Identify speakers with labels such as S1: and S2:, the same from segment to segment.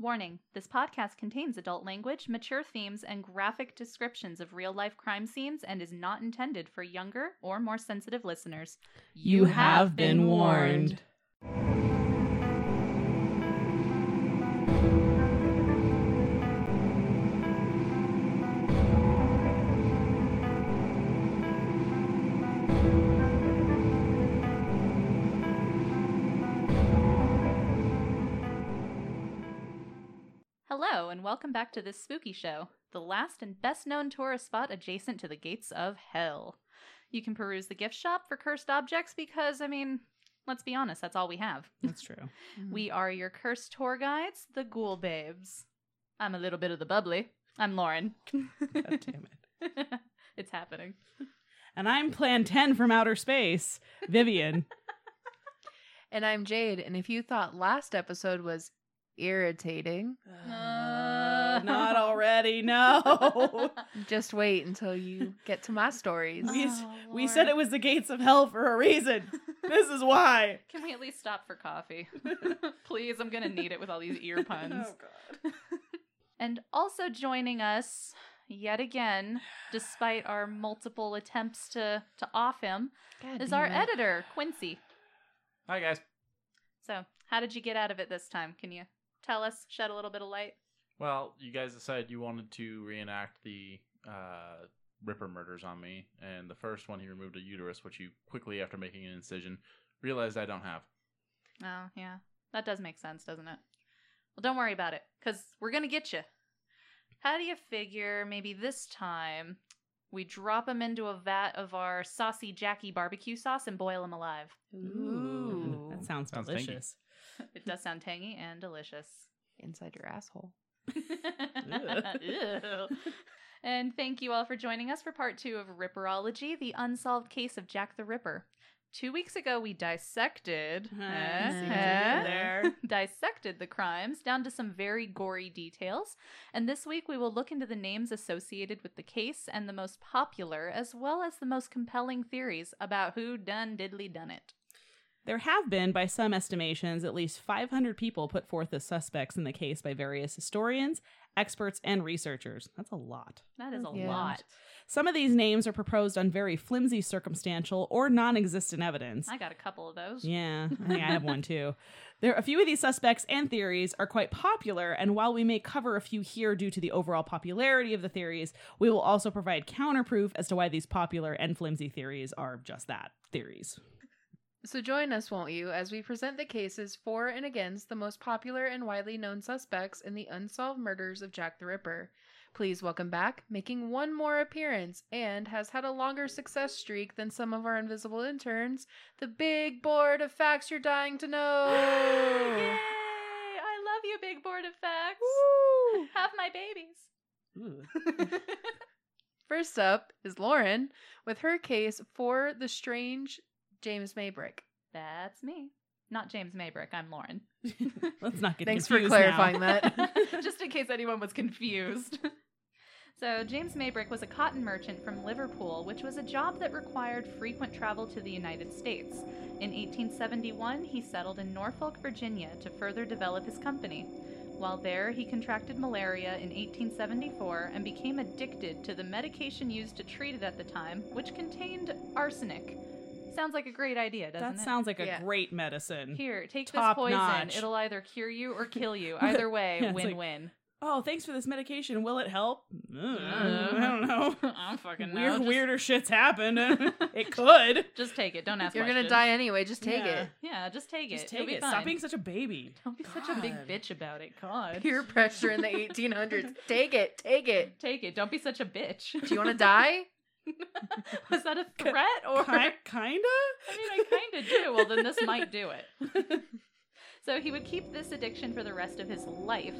S1: Warning this podcast contains adult language, mature themes, and graphic descriptions of real life crime scenes and is not intended for younger or more sensitive listeners.
S2: You have been warned.
S1: Hello, and welcome back to this spooky show, the last and best known tourist spot adjacent to the gates of hell. You can peruse the gift shop for cursed objects because, I mean, let's be honest, that's all we have.
S2: That's true.
S1: We are your cursed tour guides, the Ghoul Babes. I'm a little bit of the bubbly. I'm Lauren.
S2: God damn it.
S1: it's happening.
S2: And I'm Plan 10 from Outer Space, Vivian.
S3: Mm-hmm. And I'm Jade. And if you thought last episode was irritating,
S1: Uh,
S2: not already, no.
S3: just wait until you get to my stories.
S2: We-
S1: Oh,
S2: we said
S1: Lord.
S2: it was the gates of hell for a reason. This is why.
S1: Can we at least stop for coffee? Please, I'm going to need it with all these ear puns.
S2: Oh, God.
S1: And also joining us yet again, despite our multiple attempts to, to off him,
S3: God
S1: is
S3: damn
S1: our
S3: it.
S1: editor, Quincy.
S4: Hi guys.
S1: So, how did you get out of it this time? Can you tell us, shed a little bit of light?
S4: Well, you guys decided you wanted to reenact the uh, Ripper murders on me, and the first one he removed a uterus, which you quickly after making an incision realized I don't have.
S1: Oh, yeah. That does make sense, doesn't it? Well, don't worry about it, because we're going to get you. How do you figure maybe this time we drop him into a vat of our saucy Jackie barbecue sauce and boil him alive?
S2: Ooh. That sounds,
S4: Sounds tangy.
S2: delicious.
S1: It does sound tangy and delicious.
S3: Inside your asshole.
S1: Ew. and thank you all for joining us for part two of Ripperology, the unsolved case of Jack the Ripper. Two weeks ago, we dissected.
S2: Huh,
S1: eh,
S2: see what you did
S1: eh,
S2: there.
S1: dissected the crimes down to some very gory details, and this week we will look into the names associated with the case and the most popular, as well as the most compelling theories about who done diddly done it.
S2: There have been, by some estimations, at least 500 people put forth as suspects in the case by various historians, experts, and researchers. That's a lot.
S1: That is a
S3: Yeah.
S1: lot.
S2: Some of these names are proposed on very flimsy circumstantial or non existent evidence.
S1: I got a couple of those.
S2: Yeah, I think I have one too. There, a few of these suspects and theories are quite popular, and while we may cover a few here due to the overall popularity of the theories, we will also provide counterproof as to why these popular and flimsy theories are just that theories.
S3: So join us, won't you, as we present the cases for and against the most popular and widely known suspects in the unsolved murders of Jack the Ripper. Please welcome back, making one more appearance and has had a longer success streak than some of our invisible interns, the big board of facts you're dying to
S1: Yay!
S3: know.
S1: I love you, Big Board of Facts. Have my babies.
S2: Ooh.
S3: First up is Lauren with her case for the strange James Maybrick.
S1: That's me. Not James Maybrick. I'm Lauren.
S2: Let's not get
S3: Thanks for
S2: confused now.
S3: clarifying that.
S1: Just in case anyone was confused. so, James Maybrick was a cotton merchant from Liverpool, which was a job that required frequent travel to the United States. In 1871, he settled in Norfolk, Virginia to further develop his company. While there, he contracted malaria in 1874 and became addicted to the medication used to treat it at the time, which contained arsenic. Sounds like a great idea, doesn't
S2: that
S1: it?
S2: sounds like a
S3: Yeah.
S2: great medicine.
S1: Here, take
S2: Top
S1: this poison.
S2: notch.
S1: It'll either cure you or kill you. Either way,
S2: Yeah, it's like-
S1: win-win.
S2: Oh, thanks for this medication. Will it help? Uh,
S1: Uh,
S2: I don't know.
S1: I'm fucking
S2: Weird,
S1: know. Just-
S2: weirder shit's happened. it could.
S1: Just take it. Don't ask.
S3: You're
S1: questions.
S3: gonna die anyway, just take
S2: Yeah.
S3: it.
S1: Yeah, just take
S2: Just
S1: it.
S2: take
S1: It'll be
S2: it. Stop
S1: fine.
S2: being such a baby.
S1: Don't be such a big
S2: God.
S1: bitch about it. God.
S3: Peer pressure in the 1800s. Take it, take it.
S1: Take it. Don't be such a bitch.
S3: Do you want to die?
S1: Was that a threat or?
S2: Ki- kinda.
S1: I mean, I kind of do. Well, then this might do it. so he would keep this addiction for the rest of his life.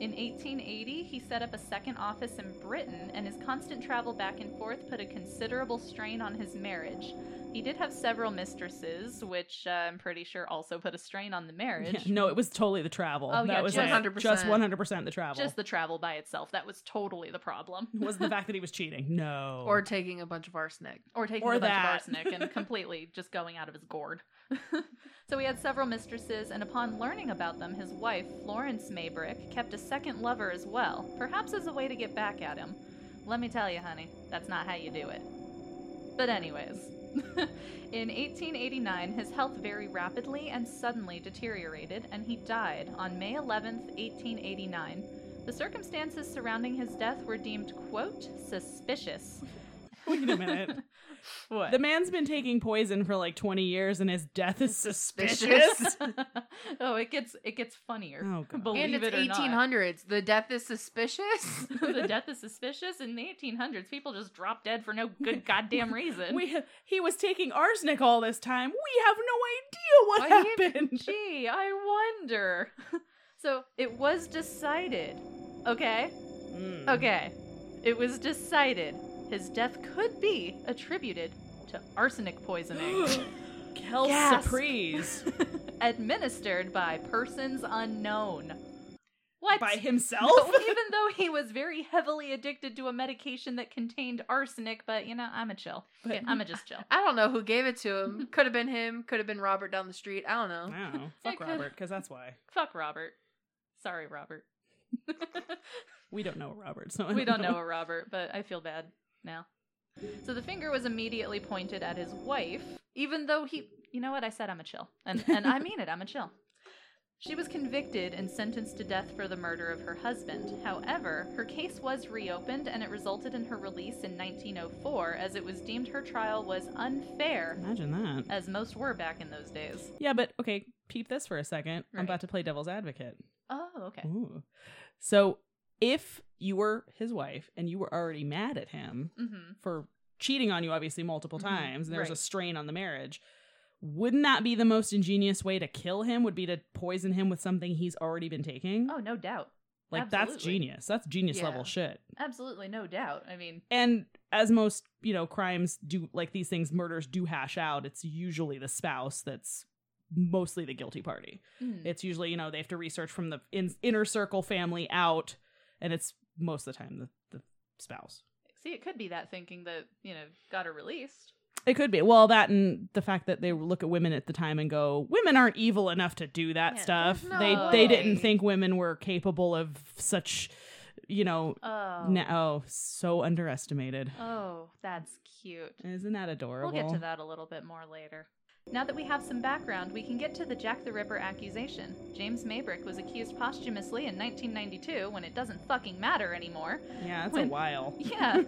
S1: In 1880, he set up a second office in Britain, and his constant travel back and forth put a considerable strain on his marriage. He did have several mistresses, which uh, I'm pretty sure also put a strain on the marriage.
S2: Yeah, no, it was totally the travel.
S1: Oh, yeah,
S2: that was
S1: just-
S2: it.
S3: 100%.
S2: Just one hundred percent the travel.
S1: Just the travel by itself. That was totally the problem.
S2: was the fact that he was cheating. No,
S3: Or taking a bunch of arsenic.
S1: Or taking
S2: Or
S1: a bunch
S2: that.
S1: of arsenic and completely just going out of his gourd. So he had several mistresses, and upon learning about them, his wife, Florence Maybrick, kept a second lover as well, perhaps as a way to get back at him. Let me tell you, honey, that's not how you do it. But, anyways. In 1889, his health very rapidly and suddenly deteriorated, and he died on May 11th, 1889. The circumstances surrounding his death were deemed, quote, suspicious.
S2: Wait a minute.
S1: what?
S2: The man's been taking poison for like 20 years and his death is suspicious.
S1: oh, it gets it gets funnier.
S2: oh, God.
S1: Believe
S3: and it's
S1: it or not.
S3: 1800s. The death is suspicious.
S1: the death is suspicious. In the 1800s, people just drop dead for no good goddamn reason.
S2: We he was taking arsenic all this time. We have no idea what
S1: Why
S2: happened.
S1: Gee, I wonder. so it was decided. Okay,
S2: Mm.
S1: okay. It was decided his death could be attributed to arsenic poisoning.
S2: Mm. Kel
S1: Gasp.
S2: surprise
S1: administered by persons unknown. What?
S2: by
S1: No,
S2: himself.
S1: even though he was very heavily addicted to a medication that contained arsenic, but you know, I'm a chill.
S2: But-
S1: I'm a just chill.
S3: I don't know who gave it to him. Could have been him. Could have been Robert down the street. I don't know.
S2: Wow,
S1: It
S2: fuck
S1: could-
S2: Robert, because that's why
S1: Fuck Robert. Sorry, Robert.
S2: we don't know Robert. So I
S1: we don't know a Robert, but I feel bad now. So the finger was immediately pointed at his wife, even though he, you know what, I said I'm a chill. And, and I mean it, I'm a chill. She was convicted and sentenced to death for the murder of her husband. However, her case was reopened and it resulted in her release in 1904 as it was deemed her trial was unfair,
S2: Imagine that.
S1: as most were back in those days.
S2: Yeah, but okay, peep this for a second.
S1: Right.
S2: I'm about to play devil's advocate.
S1: Oh, okay.
S2: Ooh. So if you were his wife and you were already mad at him
S1: Mm-hmm.
S2: for cheating on you, obviously multiple
S1: Mhm.
S2: times, and there was
S1: Right.
S2: a strain on the marriage. Wouldn't that be the most ingenious way to kill him? Would be to poison him with something he's already been taking.
S1: Oh, no doubt.
S2: like that's
S1: absolutely.
S2: genius. That's genius
S3: Yeah.
S2: level shit.
S1: Absolutely, no doubt. I mean,
S2: and as most you know crimes do like these things murders do hash out it's usually the spouse that's mostly the guilty party
S1: mm,
S2: it's usually you know they have to research from the in- inner circle family out and it's most of the time the, the spouse
S1: see, it could be that thinking that, you know, got her released.
S2: it could be well that and the fact that they look at women at the time and go women aren't evil enough to do that
S1: Yeah,
S2: stuff
S3: there's
S2: they
S1: no
S2: they didn't
S3: way.
S2: think women were capable of such you know
S1: Oh.
S2: na- oh so underestimated
S1: Oh, that's cute.
S2: isn't that adorable
S1: We'll get to that a little bit more later. Now that we have some background, we can get to the Jack the Ripper accusation. James Maybrick was accused posthumously in 1992 when it doesn't fucking matter anymore.
S2: yeah it's
S1: When-
S2: a while
S1: Yeah,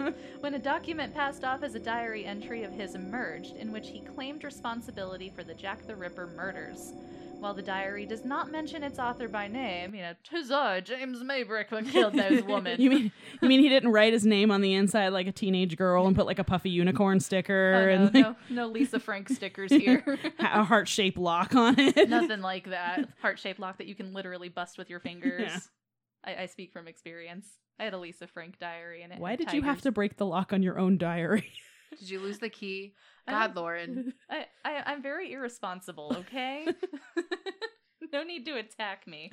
S1: when a document passed off as a diary entry of his emerged in which he claimed responsibility for the Jack the Ripper murders. While the diary does not mention its author by name, you know, tis I, James Maybrick, who killed those women.
S2: You mean you mean he didn't write his name on the inside like a teenage girl and put like a puffy unicorn sticker
S1: Oh,
S2: and
S1: no,
S2: like,
S1: no, no Lisa Frank stickers here.
S2: a heart shaped lock on it?
S1: Nothing like that. Heart shaped lock that you can literally bust with your fingers.
S2: Yeah.
S1: I, I speak from experience. I had a Lisa Frank diary in it.
S2: Why
S1: had
S2: did you have to
S1: tigers.
S2: break the lock on your own diary?
S3: Did you lose the key?
S1: I
S3: God,
S1: don't-
S3: Lauren.
S1: I, I, I'm very irresponsible, okay? no need to attack me.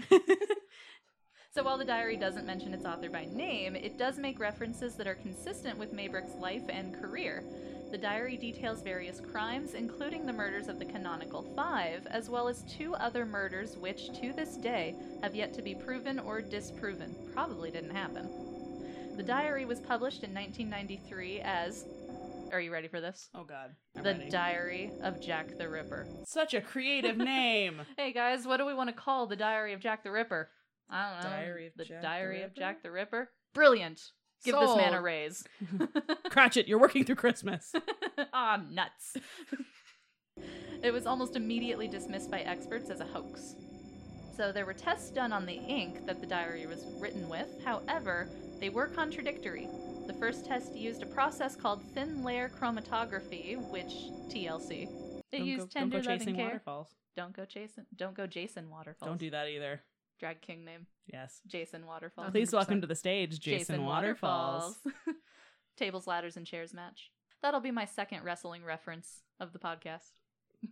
S1: so while the diary doesn't mention its author by name, it does make references that are consistent with Maybrick's life and career. The diary details various crimes, including the murders of the canonical five, as well as two other murders which, to this day, have yet to be proven or disproven. Probably didn't happen. The diary was published in 1993 as. Are you ready for this?
S2: Oh God,
S1: The Diary of Jack the Ripper.
S2: such a creative name.
S1: Hey guys, what do we want to call the Diary of Jack the Ripper? I don't know.
S2: Diary of
S1: the
S2: Jack the
S1: Diary of
S2: Ripper?
S1: Jack the Ripper. Brilliant. Give this man a
S3: Sold.
S1: raise.
S2: Cratchit, you're working through Christmas.
S1: Ah, nuts. it was almost immediately dismissed by experts as a hoax. So there were tests done on the ink that the diary was written with. However, they were contradictory. The first test used a process called thin layer chromatography, which TLC. It
S2: don't,
S1: used
S2: go, don't
S1: tender
S2: go chasing
S1: loving care.
S2: waterfalls.
S1: Don't go Jason. Don't go Jason Waterfalls.
S2: Don't do that either.
S1: drag king name
S2: Yes.
S1: Jason Waterfalls.
S2: Please
S3: 100%.
S2: welcome to the stage, Jason, Waterfalls.
S1: Waterfalls. Tables, ladders, and chairs match. That'll be my second wrestling reference of the podcast.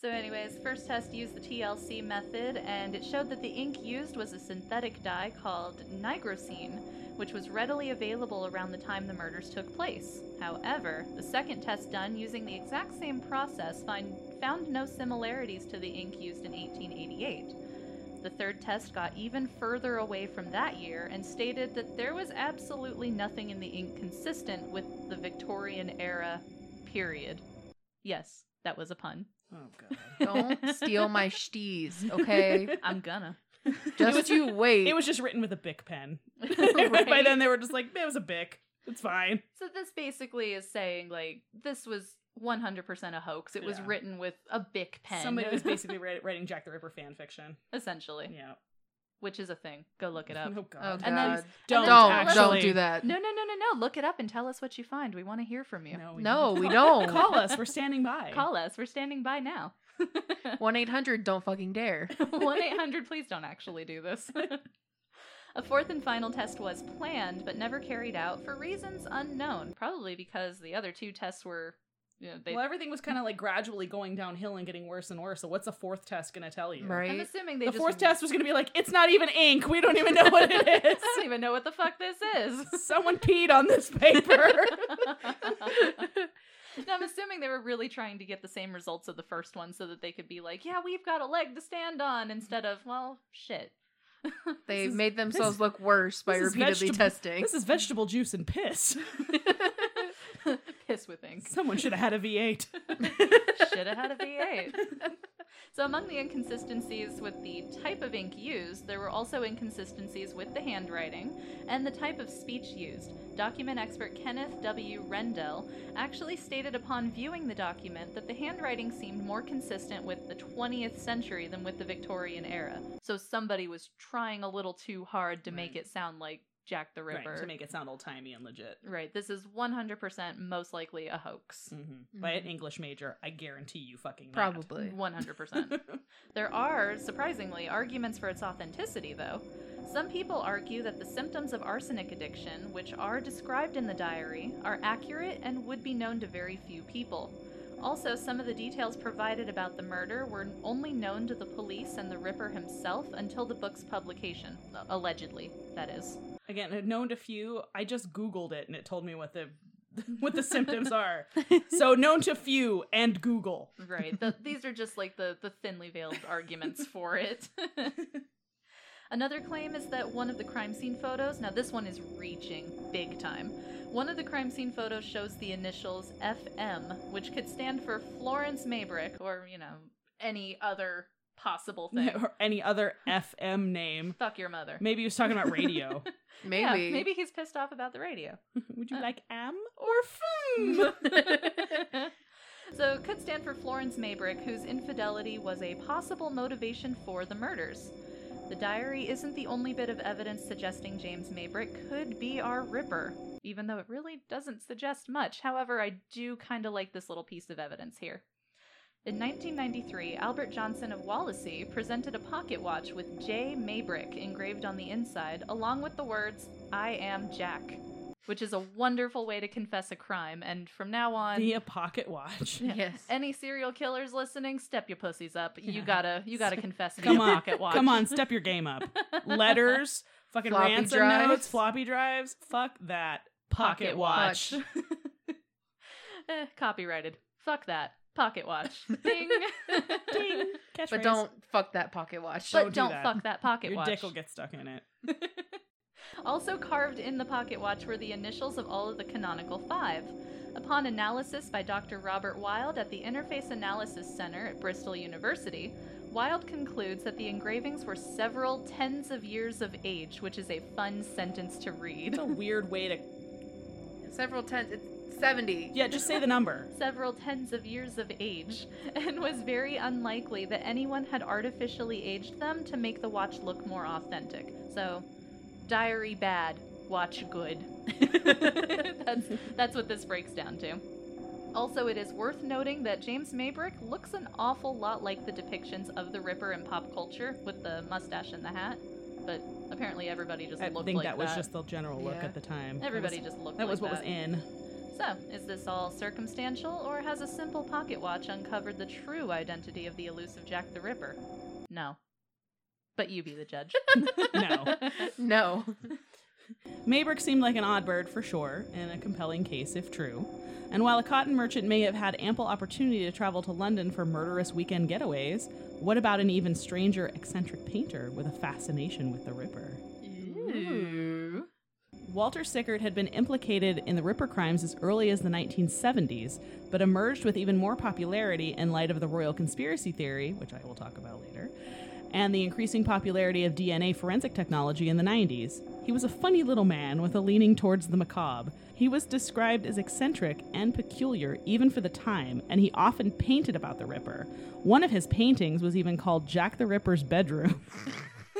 S1: So, anyways, first test used the TLC method, and it showed that the ink used was a synthetic dye called nigrosine, which was readily available around the time the murders took place. However, the second test done using the exact same process find, found no similarities to the ink used in 1888. The third test got even further away from that year and stated that there was absolutely nothing in the ink consistent with the Victorian era period. Yes, that was a pun.
S2: Oh god.
S3: Don't steal my shties, okay?
S1: I'm gonna.
S3: Just
S2: was-
S3: you wait.
S2: It was just written with a Bic pen. By
S1: Right.
S2: then they were just like, it was a Bic. It's fine.
S1: So this basically is saying like this was 100% a hoax. It was
S2: Yeah.
S1: written with a bic pen.
S2: Somebody was basically ri- writing Jack the Ripper fan fiction.
S1: essentially,
S2: Yeah.
S1: which is a thing. Go look it up.
S2: Oh
S3: oh,
S2: god.
S3: God.
S1: And then-
S2: Don't
S3: don't,
S2: actually.
S3: don't do that.
S1: No, no, no, no, no. Look it up and tell us what you find. We want to hear from you.
S3: No, we
S2: Oh, don't.
S3: don't.
S2: Call us. We're standing by.
S1: Call us. We're standing by now.
S3: 1 800 don't fucking dare.
S1: 1 800, please don't actually do this. a fourth and final test was planned but never carried out for reasons unknown. Probably because the other two tests were, you know, they.
S2: Well, everything was kind of like gradually going downhill and getting worse and worse. So what's the fourth test going to tell you?
S1: I'm
S3: Right?
S1: assuming they
S2: The
S1: just.
S2: fourth test was going to be like, it's not even ink. We don't even know what it
S1: I don't even know what the fuck this is.
S2: is. Someone peed on this paper.
S1: No, I'm assuming they were really trying to get the same results of the first one so that they could be like, yeah, we've got a leg to stand on instead of, well, shit.
S3: They
S2: is-
S3: made themselves
S2: this-
S3: look worse by
S2: this is
S3: repeatedly
S2: vegetable-
S3: testing.
S2: this is vegetable juice and piss.
S1: Piss with ink.
S2: Someone should have had a V8.
S1: Should have had a V8. so, among the inconsistencies with the type of ink used, there were also inconsistencies with the handwriting and the type of speech used. Document expert Kenneth W. Rendell actually stated upon viewing the document that the handwriting seemed more consistent with the 20th century than with the Victorian era. So, somebody was trying a little too hard to make
S2: Right.
S1: it sound like Jack the Ripper.
S2: Right, to make it sound old timey and legit.
S1: Right, this is 100% most likely a hoax.
S2: Mhm. By an
S3: Mhm.
S2: English major, I guarantee you fucking that.
S3: Probably.
S1: 100%. There are, surprisingly, arguments for its authenticity, though. Some people argue that the symptoms of arsenic addiction, which are described in the diary, are accurate and would be known to very few people. Also, some of the details provided about the murder were only known to the police and the Ripper himself until the book's publication. Allegedly, that is.
S2: Again, I've known to few. I just Googled it and it told me what the what the symptoms are. So known to few and Google.
S1: Right. The, these are just like the, the thinly veiled arguments for it. Another claim is that one of the crime scene photos, now this one is reaching big time. One of the crime scene photos shows the initials FM, which could stand for Florence Maybrick or, you know, any other possible thing.
S2: or any other FM name.
S1: Fuck your mother.
S2: Maybe he was talking about radio.
S3: Maybe.
S1: Yeah, maybe he's pissed off about the radio.
S2: Would you like am? Hmm.
S1: or foom. so it could stand for Florence Maybrick, whose infidelity was a possible motivation for the murders. The diary isn't the only bit of evidence suggesting James Maybrick could be our Ripper, even though it really doesn't suggest much. However, I do kind of like this little piece of evidence here. In 1993, Albert Johnson of Wallasey presented a pocket watch with J. Maybrick engraved on the inside, along with the words, I am Jack, which is a wonderful way to confess a crime. And from now on,
S2: Be a pocket watch.
S1: Yeah.
S3: Yes.
S1: any serial killers listening, step your pussies up. You
S2: Yeah.
S1: gotta, you gotta confess in
S2: Come
S1: your
S2: on.
S1: pocket watch.
S2: Come on, step your game up. Letters, fucking
S3: Floppy
S2: ransom
S3: drives.
S2: notes, floppy drives. Fuck that.
S1: Pocket
S2: Pocket, watch.
S1: Eh, copyrighted. Fuck that. Pocket watch. Ding.
S2: Ding. Catchphrase.
S3: but don't fuck that pocket watch.
S1: But
S2: Don't do
S1: don't
S2: that.
S1: fuck that pocket
S2: Your
S1: watch.
S2: dick will get stuck in it.
S1: Also carved in the pocket watch were the initials of all of the canonical five. Upon analysis by Dr. Robert Wilde at the Interface Analysis Center at Bristol University, Wilde concludes that the engravings were several tens of years of age, which is a fun sentence to read.
S2: It's a weird way to.
S3: Several tens. It's 70.
S2: Yeah, just say the number.
S1: several tens of years of age, and was very unlikely that anyone had artificially aged them to make the watch look more authentic. So, diary bad, watch good. that's, that's what this breaks down to. Also, it is worth noting that James Maybrick looks an awful lot like the depictions of the Ripper in pop culture with the mustache and the hat, but apparently everybody just
S2: I
S1: looked
S2: think
S1: like
S2: that was just the general look
S3: Yeah.
S2: at the time. That
S1: Everybody
S2: was-
S1: just looked
S2: That
S1: like
S2: was what
S1: that.
S2: was in.
S1: So, is this all circumstantial, or has a simple pocket watch uncovered the true identity of the elusive Jack the Ripper? No. But you be the judge.
S2: No.
S3: no.
S2: Maybrick seemed like an odd bird for sure, and a compelling case if true. And while a cotton merchant may have had ample opportunity to travel to London for murderous weekend getaways, what about an even stranger eccentric painter with a fascination with the Ripper?
S1: Ooh.
S2: Walter Sickert had been implicated in the Ripper crimes as early as the 1970s, but emerged with even more popularity in light of the royal conspiracy theory, which I will talk about later, and the increasing popularity of DNA forensic technology in the 90s. He was a funny little man with a leaning towards the macabre. He was described as eccentric and peculiar even for the time, and he often painted about the Ripper. One of his paintings was even called Jack the Ripper's Bedroom.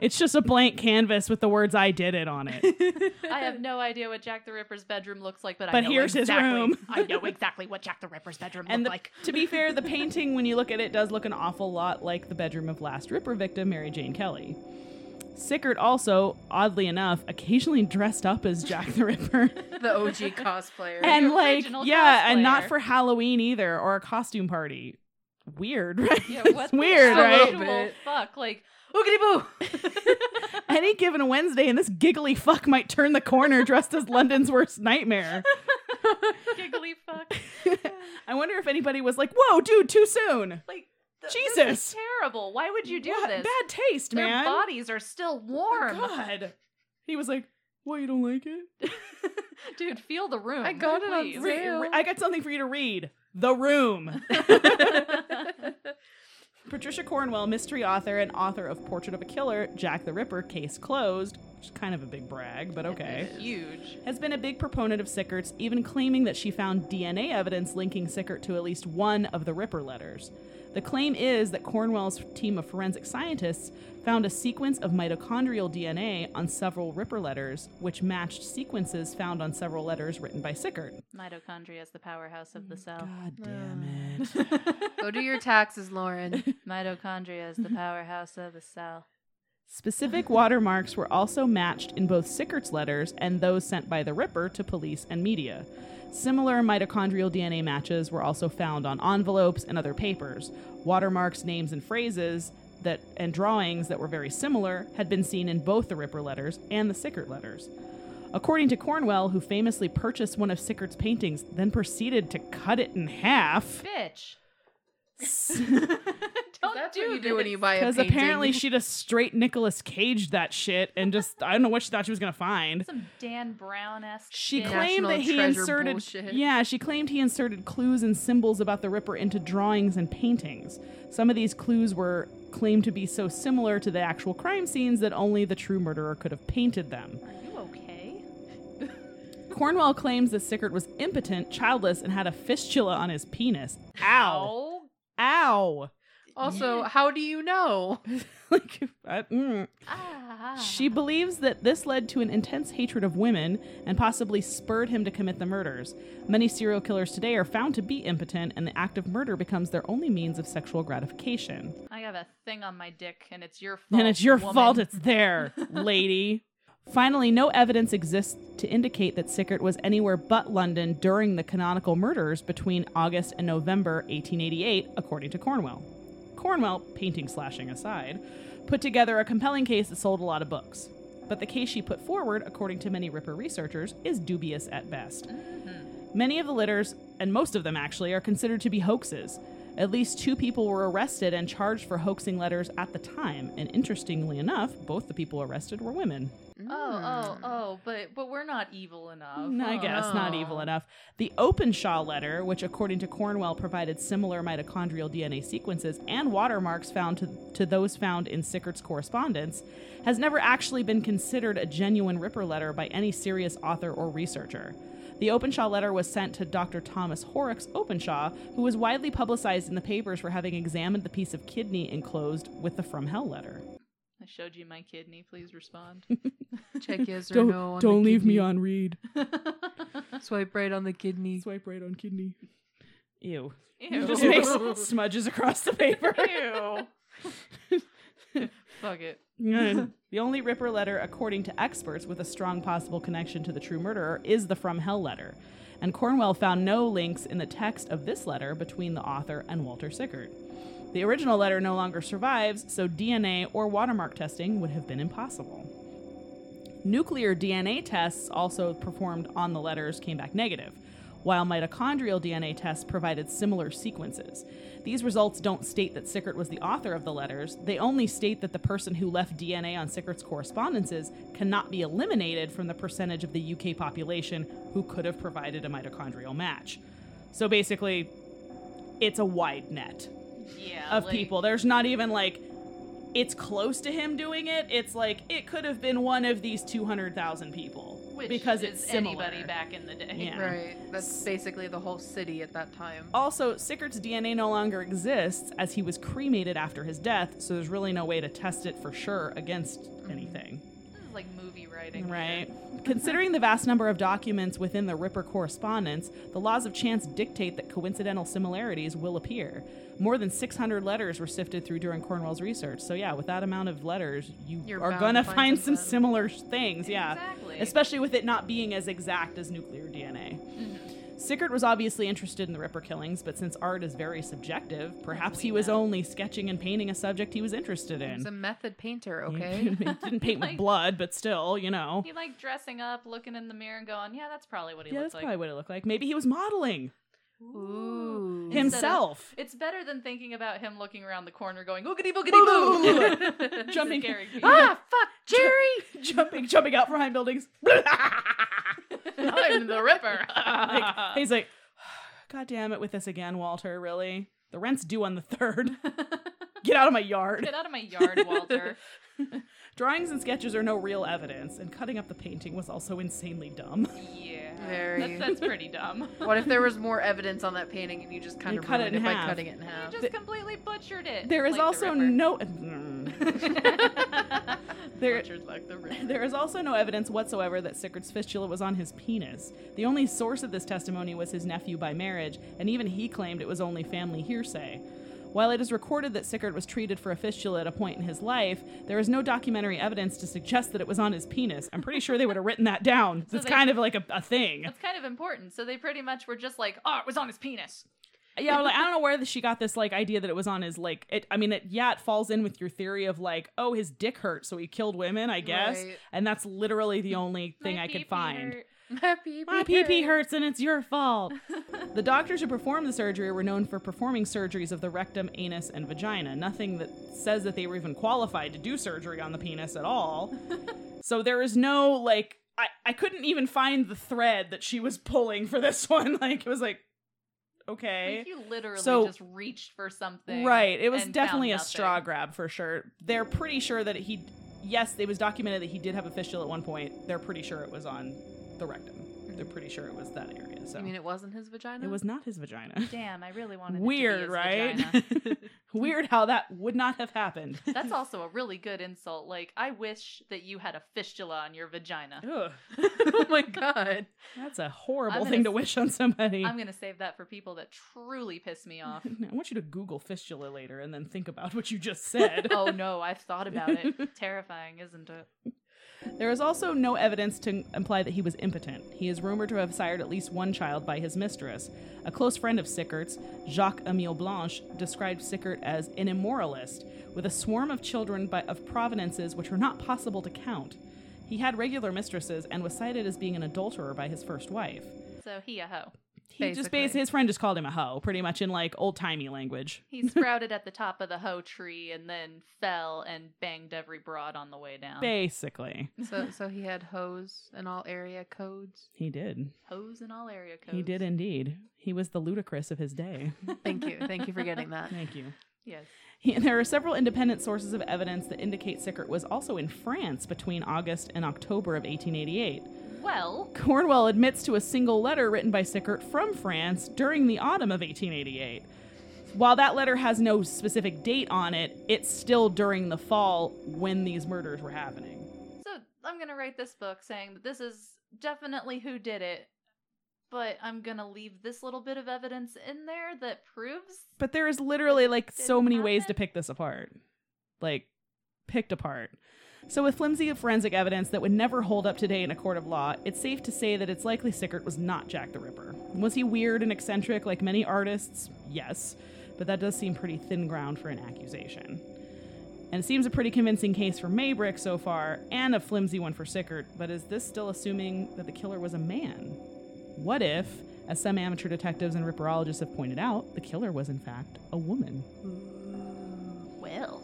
S2: It's just a blank canvas with the words I did it on it.
S1: I have no idea what Jack the Ripper's bedroom looks like, but, I
S2: But
S1: know
S2: here's his
S1: exactly,
S2: room.
S1: I know exactly what Jack the Ripper's bedroom
S2: and
S1: looked
S2: the,
S1: like.
S2: to be fair, the painting, when you look at it, does look an awful lot like the bedroom of last Ripper victim, Mary Jane Kelly. Sickert also, oddly enough, occasionally dressed up as Jack the Ripper.
S3: The OG cosplayer.
S2: and
S1: The
S2: like,
S1: original
S2: yeah, and
S1: cosplayer.
S2: not for Halloween either or a costume party. Weird, right?
S1: Yeah,
S2: It's
S1: what the
S2: weird,
S3: A little
S2: right?
S1: actual
S3: bit.
S1: Fuck, like oogity boo.
S2: Any given Wednesday, and this giggly fuck might turn the corner dressed as London's worst nightmare.
S1: Giggly fuck.
S2: I wonder if anybody was like, "Whoa, dude, too soon."
S1: Like th- this is
S2: Jesus.
S1: terrible. Why would you do
S2: What?
S1: this?
S2: Bad taste,
S1: Their
S2: man.
S1: bodies are still warm.
S2: Oh God. He was like, "What? You don't like it?"
S1: Dude, feel the room.
S3: I got it on
S1: please.
S3: Re-
S2: Re- I got something for you to read. The Room. Patricia Cornwell, mystery author and author of Portrait of a Killer, Jack the Ripper, Case Closed, which is kind of a big brag, but okay.
S1: Huge.
S2: Has been a big proponent of Sickert's, even claiming that she found DNA evidence linking Sickert to at least one of the Ripper letters. The claim is that Cornwell's team of forensic scientists found a sequence of mitochondrial DNA on several Ripper letters, which matched sequences found on several letters written by Sickert.
S1: Mitochondria is the powerhouse
S2: Mm,
S1: of the cell.
S2: God
S3: damn
S2: it.
S3: Go do your taxes, Lauren.
S1: Mitochondria is the
S2: Mm-hmm.
S1: powerhouse of the cell.
S2: Specific watermarks were also matched in both Sickert's letters and those sent by the Ripper to police and media. Similar mitochondrial DNA matches were also found on envelopes and other papers. Watermarks, names, and phrases that and drawings that were very similar had been seen in both the Ripper letters and the Sickert letters. According to Cornwell, who famously purchased one of Sickert's paintings, then proceeded to cut it in half.
S1: Bitch.
S3: That's
S1: Don't
S3: what
S1: do
S3: you
S1: this.
S3: do when you buy a
S2: Because
S3: painting.
S2: apparently she just straight Nicolas Cage that shit and just I don't know what she thought she was gonna find.
S1: Some Dan Brown esque.
S2: She
S1: shit.
S2: claimed
S3: National
S2: that he
S3: treasure
S2: inserted
S3: bullshit.
S2: Yeah, she claimed he inserted clues and symbols about the Ripper into drawings and paintings. Some of these clues were claimed to be so similar to the actual crime scenes that only the true murderer could have painted them.
S1: Are you okay?
S2: Cornwell claims that Sickert was impotent, childless, and had a fistula on his penis. Ow.
S1: Oh.
S2: Ow.
S3: Also, how do you know?
S2: like I, mm.
S1: Ah.
S2: She believes that this led to an intense hatred of women and possibly spurred him to commit the murders. Many serial killers today are found to be impotent, and the act of murder becomes their only means of sexual gratification.
S1: I have a thing on my dick, and it's your fault.
S2: and it's your
S1: woman.
S2: fault it's there, lady. Finally, no evidence exists to indicate that Sickert was anywhere but London during the canonical murders between August and November 1888, according to Cornwell. Cornwell, painting slashing aside, put together a compelling case that sold a lot of books. But the case she put forward, according to many Ripper researchers, is dubious at best.
S1: Mm-hmm.
S2: Many of the litters, and most of them actually, are considered to be hoaxes. At least two people were arrested and charged for hoaxing letters at the time, and interestingly enough, both the people arrested were women.
S1: Oh, oh, oh! But but we're not evil enough.
S2: Mm.
S1: Oh.
S2: I
S1: huh?
S2: guess not evil enough. The Openshaw letter, which according to Cornwell provided similar mitochondrial DNA sequences and watermarks found to, to those found in Sickert's correspondence, has never actually been considered a genuine Ripper letter by any serious author or researcher. The Openshaw letter was sent to Dr. Thomas Horrocks Openshaw, who was widely publicized in the papers for having examined the piece of kidney enclosed with the From Hell letter.
S1: I showed you my kidney. Please respond.
S3: Mm. Check yes or
S2: Don't,
S3: no. On
S2: don't
S3: the
S2: leave
S3: kidney.
S2: me on read.
S3: Swipe right on the kidney.
S2: Swipe right on kidney. Ew.
S1: Ew.
S2: just makes smudges across the paper.
S1: Ew. Fuck it.
S2: the only Ripper letter, according to experts, with a strong possible connection to the true murderer is the From Hell letter, and Cornwell found no links in the text of this letter between the author and Walter Sickert. The original letter no longer survives, so DNA or watermark testing would have been impossible. Nuclear DNA tests also performed on the letters came back negative, while mitochondrial DNA tests provided similar sequences. These results don't state that Sickert was the author of the letters, they only state that the person who left DNA on Sickert's correspondences cannot be eliminated from the percentage of the UK population who could have provided a mitochondrial match. So basically, it's a wide net
S1: yeah.
S2: of
S1: like-
S2: people. There's not even like it's close to him doing it. It's like it could have been one of these 200,000 people
S1: Which
S2: because
S1: is
S2: it's similar.
S1: anybody back in the day.
S2: Yeah. Oh,
S3: Right. That's basically the whole city at that time.
S2: Also, Sickert's DNA no longer exists as he was cremated after his death, so there's really no way to test it for sure against anything.
S1: This is like movie writing.
S2: Right. Considering the vast number of documents within the Ripper correspondence, the laws of chance dictate that coincidental similarities will appear. More than 600 letters were sifted through during Cornwell's research. So, yeah, with that amount of letters, you
S3: You're
S2: are
S3: bound
S2: going to
S3: to
S2: find,
S3: find
S2: some
S3: something.
S2: similar sh- things. Yeah.
S1: Exactly.
S2: Especially with it not being as exact as nuclear DNA. Sickert was obviously interested in the Ripper killings, but since art is very subjective, perhaps he
S1: we
S2: was
S1: know.
S2: only sketching and painting a subject he was interested in.
S3: He's a method painter, okay?
S2: He didn't paint with
S1: Like-
S2: blood, but still, you know.
S1: He like dressing up, looking in the mirror, and going, "Yeah, that's probably what he
S2: yeah,
S1: looks like."
S2: that's probably what it looked like. Maybe he was modeling
S3: Ooh.
S2: himself,
S1: It's better than thinking about him looking around the corner, going "oogity boogity
S2: Boo,
S1: boo," This is
S2: Jumping.
S1: Gary Vee.
S3: ah, fuck, Jerry!
S2: jumping, jumping out from high buildings.
S1: I'm the Ripper.
S2: Like, he's like, God damn it, with this again, Walter. Really, the rent's due on the third. Get out of my yard.
S1: Get out of my yard, Walter.
S2: Drawings and sketches are no real evidence, and cutting up the painting was also insanely dumb.
S1: Yeah,
S3: Very.
S1: That's, that's pretty dumb.
S3: What if there was more evidence on that painting and you just kind
S2: You
S3: of
S2: cut
S3: cut
S2: it
S3: it
S2: in
S3: by
S2: half.
S3: cutting it in
S1: You
S3: half?
S1: just completely butchered it.
S2: There is
S1: like the
S2: also
S1: Ripper.
S2: no. Mm. There-
S1: Butchered like the Ripper.
S2: There is also no evidence whatsoever that Sickard's fistula was on his penis. The only source of this testimony was his nephew by marriage, and even he claimed it was only family hearsay. While it is recorded that Sickard was treated for a fistula at a point in his life, there is no documentary evidence to suggest that it was on his penis. I'm pretty sure they would have written that down.
S1: So
S2: it's
S1: they-
S2: kind of like a, a thing.
S1: That's kind of important. So they pretty much were just like, "Oh, it was on his penis."
S2: Yeah, like, I don't know where she got this like idea that it was on his like. It, I mean, it, yeah, it falls in with your theory of like, oh, his dick hurt, so he killed women, I guess,
S3: Right.
S2: and that's literally the only thing
S1: My
S2: I
S1: pee-pee
S2: could find.
S1: hurt.
S3: My pee
S2: My pee pee hurts and it's your fault. the doctors who performed the surgery were known for performing surgeries of the rectum, anus, and vagina. Nothing that says that they were even qualified to do surgery on the penis at all. so there is no, like, I, I couldn't even find the thread that she was pulling for this one. Like, it was like, okay.
S1: Like you literally
S2: So-
S1: just reached for something.
S2: Right. It was
S1: and
S2: definitely a
S1: found
S2: straw
S1: nothing.
S2: grab for sure. They're pretty sure that he, yes, it was documented that he did have a fistula at one point. They're pretty sure it was on the rectum. They're
S1: Mm-hmm.
S2: pretty sure it was that area. So
S3: You mean it wasn't his vagina?
S2: it was not his vagina.
S1: Damn, I really wanted. it to be
S2: Weird,
S1: his
S2: right?
S1: vagina.
S2: Weird how that would not have happened.
S1: That's also a really good insult. Like, I wish that you had a fistula on your vagina.
S2: Ugh,
S3: oh my god.
S2: that's a
S1: I'm
S2: horrible
S1: gonna
S2: thing to
S1: s-
S2: wish on somebody.
S1: I'm gonna save that for people that truly piss me off.
S2: I want you to Google fistula later and then think about what you just said.
S1: oh no, I've thought about it. Terrifying, isn't it?
S2: There is also no evidence to imply that he was impotent. He is rumored to have sired at least one child by his mistress. A close friend of Sickert's, Jacques Emile Blanche, described Sickert as an immoralist, with a swarm of children by, of provenances which were not possible to count. He had regular mistresses and was cited as being an adulterer by his first wife.
S1: So he a hoe.
S2: He just basically,
S3: Basically.
S2: his friend just called him a hoe, pretty much in like old timey language.
S1: He sprouted at the top of the hoe tree and then fell and banged every broad on the way down.
S2: Basically,
S3: So so he had hose and all area codes.
S2: he did.
S1: Hoes in all area codes.
S2: He did indeed. He was the ludicrous of his day.
S3: Thank you. Thank you for getting that.
S2: Thank you.
S1: Yes.
S2: He, there are several independent sources of evidence that indicate Sickert was also in France between August and October of 1888.
S1: Well,
S2: Cornwell admits to a single letter written by Sickert from France during the autumn of 1888. While that letter has no specific date on it, it's still during the fall when these murders were happening.
S1: So I'm gonna write this book saying that this is definitely who did it, but I'm gonna leave this little bit of evidence in there that proves
S2: But there is literally like
S1: Did
S2: so
S1: it
S2: many ways to
S1: happen?
S2: pick this apart. Like picked apart. So, with flimsy forensic evidence that would never hold up today in a court of law, it's safe to say that it's likely Sickert was not Jack the Ripper. Was he weird and eccentric like many artists? Yes, but that does seem pretty thin ground for an accusation. And it seems a pretty convincing case for Maybrick so far, and a flimsy one for Sickert, but is this still assuming that the killer was a man? What if, as some amateur detectives and ripperologists have pointed out, the killer was in fact a woman?
S1: Well,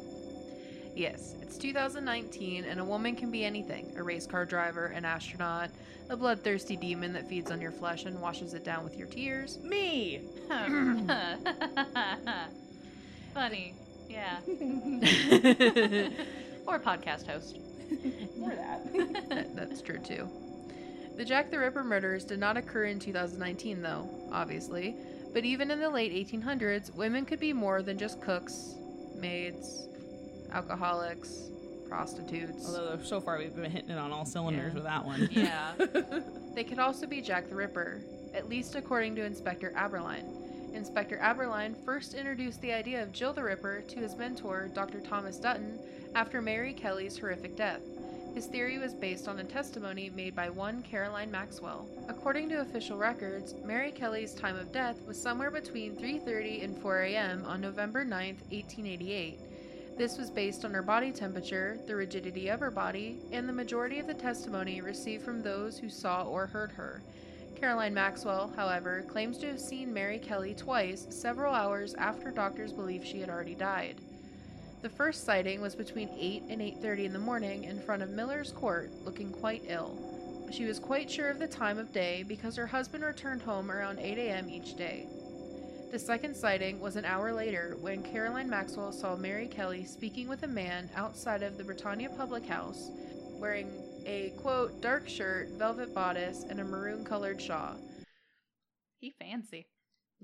S3: Yes, it's 2019, and a woman can be anything a race car driver, an astronaut, a bloodthirsty demon that feeds on your flesh and washes it down with your tears.
S2: Me!
S1: funny, yeah.
S3: that,
S1: or podcast host.
S2: Or that.
S3: Eh, that's true, too. The Jack the Ripper murders did not occur in 2019, though, obviously, but even in the late 1800s, women could be more than just cooks, maids, alcoholics, prostitutes.
S2: Although so far we've been hitting it on all cylinders
S3: Yeah.
S2: with that one.
S1: Yeah.
S3: They could also be Jack the Ripper, at least according to Inspector Aberline. Inspector Aberline first introduced the idea of Jill the Ripper to his mentor, Dr. Thomas Dutton, after Mary Kelly's horrific death. His theory was based on a testimony made by one Caroline Maxwell. According to official records, Mary Kelly's time of death was somewhere between 3:30 and 4 a.m. on November 9, 1888. This was based on her body temperature, the rigidity of her body, and the majority of the testimony received from those who saw or heard her. Caroline Maxwell, however, claims to have seen Mary Kelly twice, several hours after doctors believed she had already died. The first sighting was between 8 and 8:30 in the morning in front of Miller's Court, looking quite ill. She was quite sure of the time of day because her husband returned home around 8 a.m. each day. The second sighting was an hour later when Caroline Maxwell saw Mary Kelly speaking with a man outside of the Britannia Public House wearing a quote dark shirt, velvet bodice, and a maroon colored shawl.
S1: He fancy.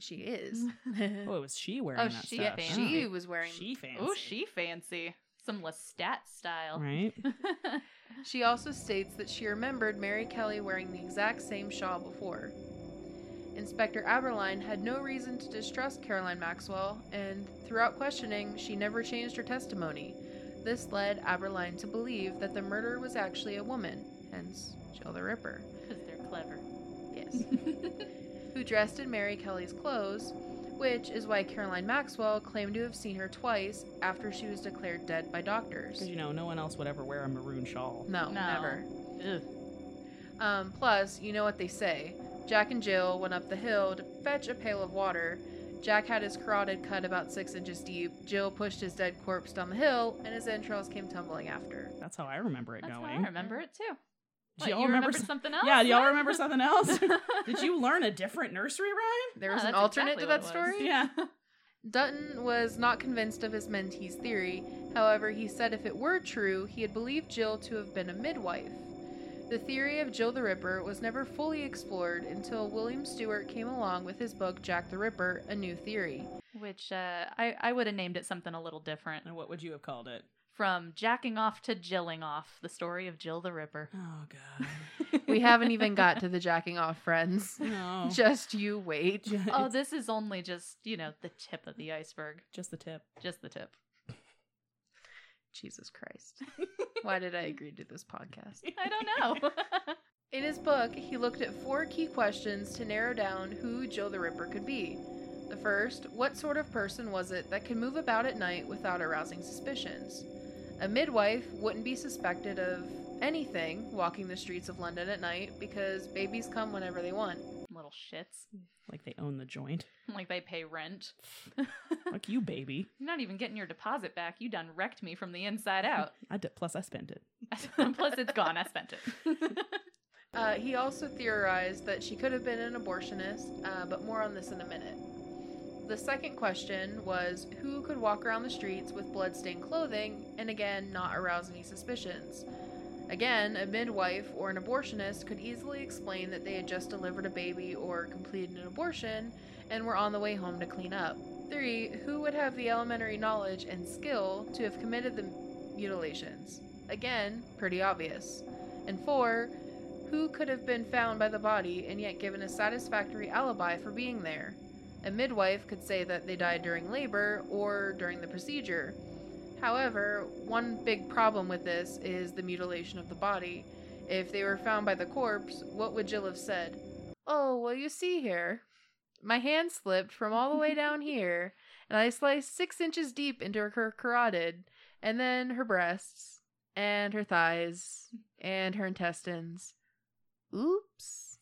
S3: She is.
S2: Oh,
S3: oh,
S2: it was she wearing
S1: Oh,
S2: that
S1: she
S2: stuff.
S1: fancy.
S3: she was wearing
S2: She fancy.
S1: Oh, she fancy. Some Lestat style.
S2: Right?
S3: She also states that she remembered Mary Kelly wearing the exact same shawl before. Inspector Aberline had no reason to distrust Caroline Maxwell, and throughout questioning, she never changed her testimony. This led Aberline to believe that the murderer was actually a woman, hence Jill the Ripper.
S1: Because they're clever.
S3: Yes.
S1: Mm-hmm.
S3: who dressed in Mary Kelly's clothes, which is why Caroline Maxwell claimed to have seen her twice after she was declared dead by doctors.
S2: Because, you know, no one else would ever wear a maroon shawl.
S3: No,
S1: No.
S3: never.
S1: Ugh.
S3: Um, plus, you know what they say. Jack and Jill went up the hill to fetch a pail of water. Jack had his carotid cut about six inches deep. Jill pushed his dead corpse down the hill, and his entrails came tumbling after.
S2: That's how I remember it
S1: That's
S2: going.
S1: how I remember it too.
S2: Do
S1: What,
S2: y'all
S1: you
S2: remember
S1: remembered
S2: some-
S1: something else?
S2: Yeah, do y'all remember something else? Did you learn a different nursery rhyme?
S3: There
S1: No,
S3: was an
S1: Ah, that's
S3: alternate
S1: exactly
S3: to
S1: what
S3: that
S1: it was.
S3: story?
S2: Yeah.
S3: Dutton was not convinced of his mentee's theory. However, he said if it were true, he had believed Jill to have been a midwife. The theory of Jill the Ripper was never fully explored until William Stewart came along with his book Jack the Ripper, A New Theory.
S1: Which uh, I I would have named it something a little different.
S2: And what would you have called it?
S1: From jacking off to jilling off. The story of Jill the Ripper.
S2: Oh, God.
S3: We haven't even got to the jacking off, friends.
S2: No.
S3: Just you wait.
S2: Ju-
S1: Oh,
S2: it's
S1: this is only just you know the tip of the iceberg.
S2: just the tip.
S1: Just the tip.
S3: Jesus Christ. Why did I agree to this podcast?
S1: I don't know.
S3: In his book, he looked at four key questions to narrow down who Jill the Ripper could be. The first, what sort of person was it that could move about at night without arousing suspicions? A midwife wouldn't be suspected of anything walking the streets of London at night because babies come whenever they want.
S1: Little shits.
S2: Like they own the joint.
S1: Like they pay rent.
S2: Fuck you, baby.
S1: You're not even getting your deposit back. You done wrecked me from the inside out.
S2: I d- plus, I spent it.
S1: Plus, it's gone. I spent it.
S3: Uh, he also theorized that she could have been an abortionist, uh, but more on this in a minute. The second question was who could walk around the streets with bloodstained clothing and again not arouse any suspicions? Again, a midwife or an abortionist could easily explain that they had just delivered a baby or completed an abortion and were on the way home to clean up. Three, who would have the elementary knowledge and skill to have committed the mutilations? Again, pretty obvious. And four, who could have been found by the body and yet given a satisfactory alibi for being there? A midwife could say that they died during labor or during the procedure. However, one big problem with this is the mutilation of the body. If they were found by the corpse, what would Jill have said? Oh, well, you see here. My hand slipped from all the way down here, and I sliced six inches deep into her carotid, and then her breasts, and her thighs, and her intestines. Oops.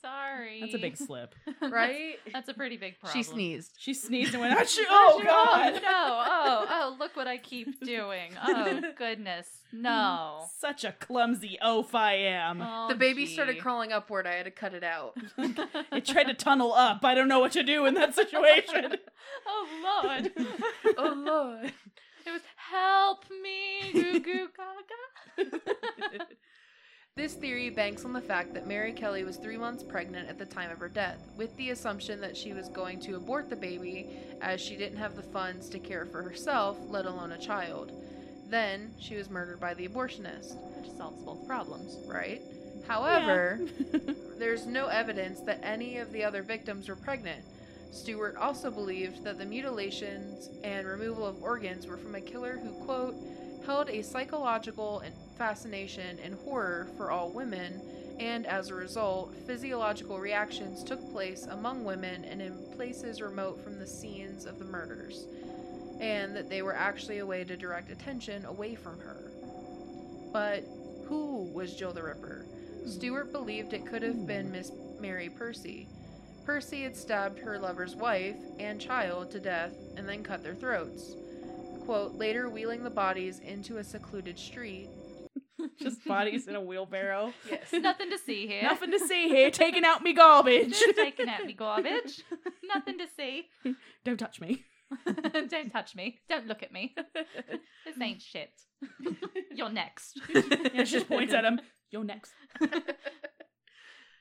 S1: Sorry.
S2: That's a big slip.
S1: That's-
S3: Right?
S1: That's a pretty big problem.
S3: she sneezed.
S2: She sneezed and went, "Achoo!"
S1: Oh,
S2: Oh God!
S1: no! Oh, oh! Look what I keep doing! Oh goodness! No!
S2: Such a clumsy oaf I am.
S1: Oh,
S3: the baby
S1: gee.
S3: started crawling upward. I had to cut it out.
S2: It tried to tunnel up. I don't know what to do in that situation.
S1: oh Lord!
S3: oh, Lord.
S1: It was help me, goo goo gaga.
S3: This theory banks on the fact that Mary Kelly was three months pregnant at the time of her death, with the assumption that she was going to abort the baby as she didn't have the funds to care for herself, let alone a child. Then she was murdered by the abortionist,
S1: Which solves both problems.
S3: right? However, there's no evidence that any of the other victims were pregnant. Stewart also believed that the mutilations and removal of organs were from a killer who, quote, held a psychological and fascination and horror for all women, and as a result, physiological reactions took place among women and in places remote from the scenes of the murders, and that they were actually a way to direct attention away from her. But who was Jill the Ripper? Stewart believed it could have been Miss Mary Percy. Percy had stabbed her lover's wife and child to death and then cut their throats. Quote, later wheeling the bodies into a secluded street.
S2: Just bodies in a wheelbarrow.
S3: Yes.
S1: Nothing to see here.
S2: Nothing to see here. Taking out me garbage.
S1: Just taking at me garbage. Nothing to see.
S2: Don't touch me.
S1: Don't touch me. Don't look at me. This ain't shit. You're next.
S2: Yeah, she just points at him. You're next.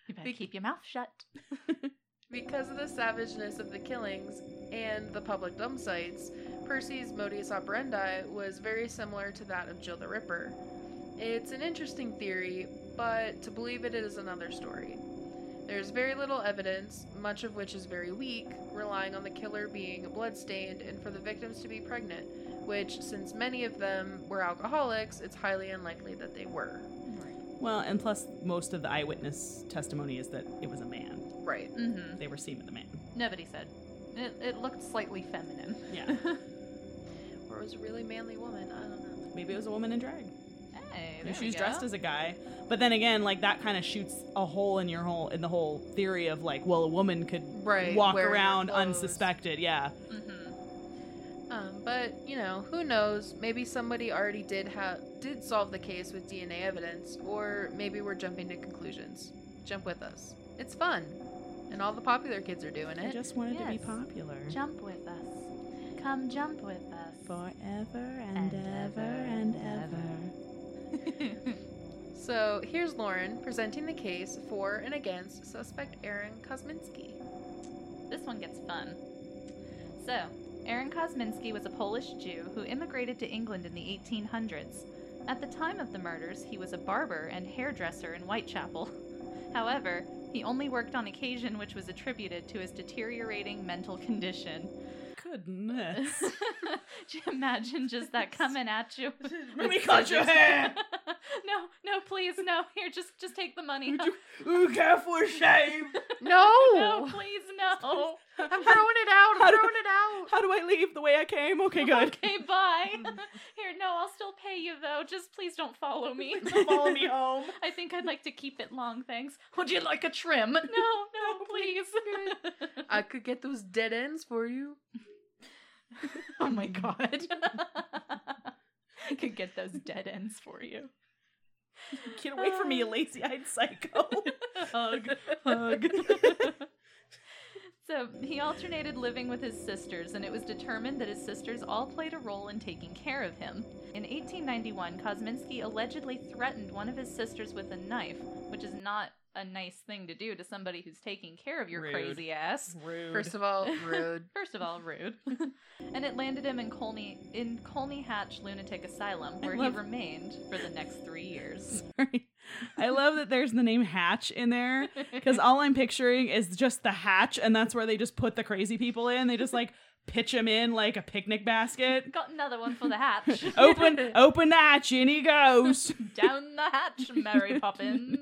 S1: You better keep your mouth shut.
S3: Because of the savageness of the killings and the public dump sites, Percy's modus operandi was very similar to that of Jill the Ripper. It's an interesting theory, but to believe it is another story. There's very little evidence, much of which is very weak, relying on the killer being bloodstained and for the victims to be pregnant, which, since many of them were alcoholics, it's highly unlikely that they were.
S1: Mm-hmm.
S2: Well, and plus, most of the eyewitness testimony is that it was a man.
S3: Right.
S1: Mm-hmm.
S2: They were seeing the man.
S1: Nobody said. It, it looked slightly feminine.
S2: Yeah.
S3: Or it was a really manly woman, I don't know.
S2: Maybe it was a woman in drag.
S1: Hey,
S2: And
S1: there
S2: she
S1: we
S2: was
S1: go.
S2: dressed as a guy. But then again, like that kind of shoots a hole in your whole in the whole theory of like, well, a woman could
S3: Right.
S2: walk
S3: wearing her
S2: around
S3: clothes.
S2: unsuspected. Yeah.
S1: Mhm.
S3: Um, but you know, who knows? Maybe somebody already did have did solve the case with DNA evidence, or maybe we're jumping to conclusions. Jump with us. It's fun, and all the popular kids are doing
S2: I
S3: it.
S2: just wanted to be
S1: Yes.
S2: popular.
S1: Jump with us. Come jump with us.
S2: Forever and,
S1: And
S2: ever
S1: ever
S2: and
S1: and
S2: ever.
S3: So here's Lauren presenting the case for and against suspect Aaron Kosminski.
S1: This one gets fun. So, Aaron Kosminski was a Polish Jew who immigrated to England in the 1800s. At the time of the murders, he was a barber and hairdresser in Whitechapel. However, he only worked on occasion, which was attributed to his deteriorating mental condition.
S2: Goodness.
S1: Do you imagine just that coming at you?
S2: Let me cut your hair.
S1: no, no, please, no. Here, just just take the money.
S2: Would you- Ooh, careful shave.
S1: No,
S3: No,
S1: please, no.
S3: I'm throwing it out.
S2: How
S3: I'm
S2: do-
S3: throwing it out.
S2: How do I leave the way I came? Okay, good.
S1: Okay, bye. Here, no, I'll still pay you though. Just please don't follow me.
S2: Follow me home.
S1: I think I'd like to keep it long, thanks. Would you like a trim? No, no, please.
S3: I could get those dead ends for you.
S1: oh my god. I could get those dead ends for you.
S2: Get away from me, you lazy-eyed psycho.
S1: Hug.
S2: Hug.
S1: So he alternated living with his sisters, and it was determined that his sisters all played a role in taking care of him. In 1891, Kosminski allegedly threatened one of his sisters with a knife, which is not a nice thing to do to somebody who's taking care of your
S2: Rude.
S1: crazy ass.
S2: Rude.
S3: First of all, rude.
S1: First of all, rude. and it landed him in Colney in Colney Hatch Lunatic Asylum,
S2: I
S1: where
S2: love-
S1: he remained for the next three years.
S2: Sorry. I love that there's the name Hatch in there because all I'm picturing is just the hatch, and that's where they just put the crazy people in. They just like pitch him in like a picnic basket.
S1: Got another one for the hatch.
S2: open, open the hatch, in he goes.
S1: Down the hatch, Mary Poppins.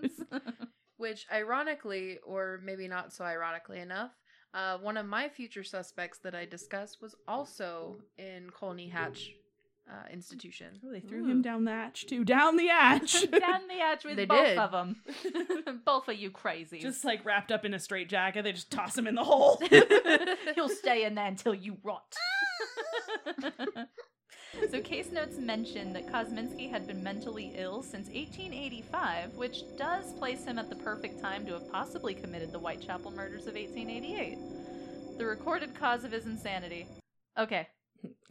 S3: Which, ironically, or maybe not so ironically enough, uh, one of my future suspects that I discussed was also in Colney Hatch uh, Institution.
S2: Oh, they threw
S1: Ooh.
S2: him down the hatch too. Down the hatch.
S1: Down the hatch with
S3: They
S1: both
S3: did.
S1: of them. both of you crazy.
S2: just like wrapped up in a straitjacket, they just toss him in the hole.
S1: You'll stay in there until you rot. so, case notes mention that Kosminski had been mentally ill since 1885, which does place him at the perfect time to have possibly committed the Whitechapel murders of 1888. The recorded cause of his insanity. Okay,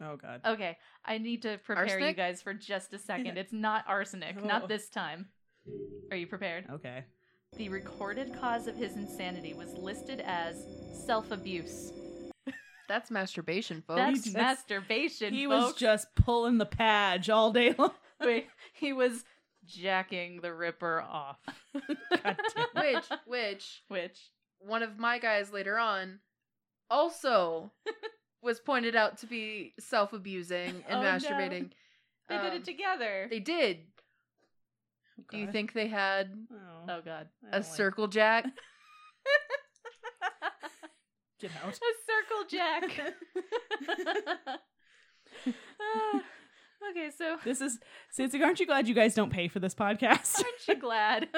S2: oh god.
S1: okay. I need to prepare you
S3: Arsenic?
S1: guys for just a second. It's not arsenic,
S2: Oh.
S1: not this time. Are you prepared?
S2: Okay.
S1: The recorded cause of his insanity was listed as self abuse.
S3: That's masturbation, folks.
S1: That's
S2: That's-
S1: masturbation.
S2: He was
S1: folks.
S2: just pulling the padge all day long.
S1: Wait, he was jacking the Ripper off.
S3: which, which,
S1: Which
S3: one of my guys later on also was pointed out to be self abusing and
S1: Oh, no.
S3: masturbating.
S1: they did
S3: Um,
S1: it together.
S3: They did.
S2: Oh,
S3: Do you
S2: God.
S3: think they had
S2: Oh,
S1: oh God,
S2: I don't
S3: a
S2: like-
S3: circle jack?
S2: Get
S1: a
S2: out.
S1: circle jack. Ah, okay, so
S2: This is Sansa. Aren't you glad you guys don't pay for this podcast?
S1: Aren't you glad?